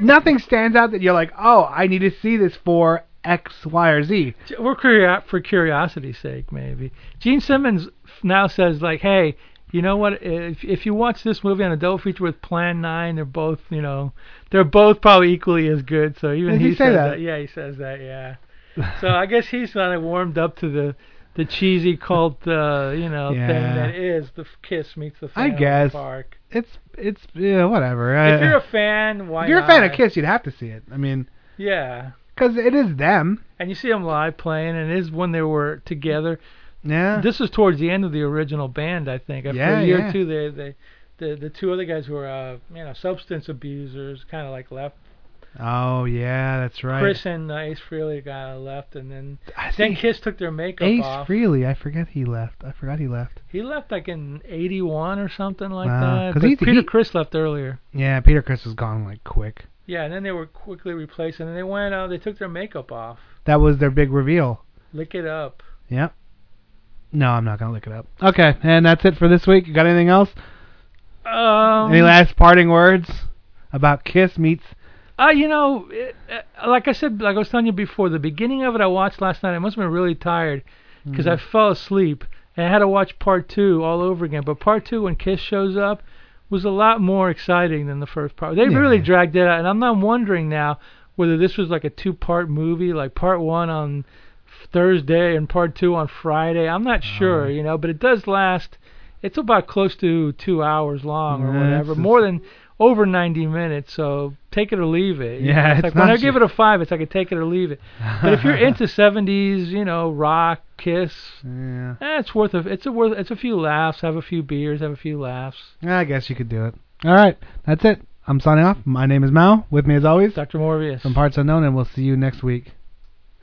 [SPEAKER 1] nothing stands out that you're like, oh, I need to see this for X, Y, or Z.
[SPEAKER 2] We're curio- for curiosity's sake, maybe. Gene Simmons now says like, hey, you know what? If if you watch this movie on a double feature with Plan Nine, they're both you know, they're both probably equally as good. So even
[SPEAKER 1] Does he say
[SPEAKER 2] says
[SPEAKER 1] that?
[SPEAKER 2] Yeah, he says that. Yeah. so I guess he's kind of warmed up to the the cheesy cult, uh, you know,
[SPEAKER 1] Yeah.
[SPEAKER 2] thing that is the f- Kiss meets the
[SPEAKER 1] I
[SPEAKER 2] Phantom
[SPEAKER 1] guess.
[SPEAKER 2] Park.
[SPEAKER 1] It's it's yeah, whatever.
[SPEAKER 2] If you're a fan, why?
[SPEAKER 1] if you're a fan of
[SPEAKER 2] not?
[SPEAKER 1] Kiss, you'd have to see it. I mean.
[SPEAKER 2] yeah.
[SPEAKER 1] Because it is them.
[SPEAKER 2] And you see them live playing, and it is when they were together.
[SPEAKER 1] Yeah.
[SPEAKER 2] This was towards the end of the original band, I think. After
[SPEAKER 1] Yeah,
[SPEAKER 2] a year
[SPEAKER 1] yeah.
[SPEAKER 2] or two, they, they, the the two other guys were uh, you know substance abusers, kind of like left.
[SPEAKER 1] oh yeah, that's right.
[SPEAKER 2] Chris and uh, Ace Frehley got left, and then
[SPEAKER 1] I
[SPEAKER 2] then
[SPEAKER 1] see
[SPEAKER 2] Kiss took their makeup
[SPEAKER 1] Ace
[SPEAKER 2] off.
[SPEAKER 1] Frehley. I forget he left. I forgot he left.
[SPEAKER 2] he left like in '81 or something like
[SPEAKER 1] Wow,
[SPEAKER 2] that.
[SPEAKER 1] 'cause
[SPEAKER 2] But
[SPEAKER 1] he-
[SPEAKER 2] Peter
[SPEAKER 1] he-
[SPEAKER 2] Chris left earlier.
[SPEAKER 1] Yeah, Peter Chris was gone like quick.
[SPEAKER 2] Yeah, and then they were quickly replaced, and then they went. Uh, they took their makeup off.
[SPEAKER 1] That was their big reveal.
[SPEAKER 2] Lick it up.
[SPEAKER 1] Yep. No, I'm not gonna look it up. Okay, and that's it for this week. You got anything else?
[SPEAKER 2] Um,
[SPEAKER 1] Any last parting words about Kiss meets?
[SPEAKER 2] Uh, you know, it, uh, like I said, like I was telling you before, the beginning of it I watched last night. I must have been really tired because
[SPEAKER 1] Mm-hmm.
[SPEAKER 2] I fell asleep and I had to watch part two all over again. But part two, when Kiss shows up, was a lot more exciting than the first part. They
[SPEAKER 1] Yeah.
[SPEAKER 2] really dragged it out, and I'm not wondering now whether this was like a two-part movie, like part one on Thursday and part two on Friday. I'm not
[SPEAKER 1] Uh-huh.
[SPEAKER 2] sure, you know, but it does last. It's about close to two hours long or
[SPEAKER 1] Yeah,
[SPEAKER 2] whatever,
[SPEAKER 1] it's-
[SPEAKER 2] more than over 90 minutes. So take it or leave it. you
[SPEAKER 1] Yeah,
[SPEAKER 2] know?
[SPEAKER 1] it's
[SPEAKER 2] like when
[SPEAKER 1] not
[SPEAKER 2] I give
[SPEAKER 1] your-
[SPEAKER 2] it a five, it's like I take it or leave it. But if you're into 70s, you know, rock, Kiss,
[SPEAKER 1] Yeah,
[SPEAKER 2] eh, it's worth a it's a worth it's a few laughs. Have a few beers, have a few laughs.
[SPEAKER 1] I guess you could do it. All right, that's it. I'm signing off. My name is Mao. With me as always
[SPEAKER 2] Dr. Morbius.
[SPEAKER 1] from Parts Unknown, and we'll see you next week.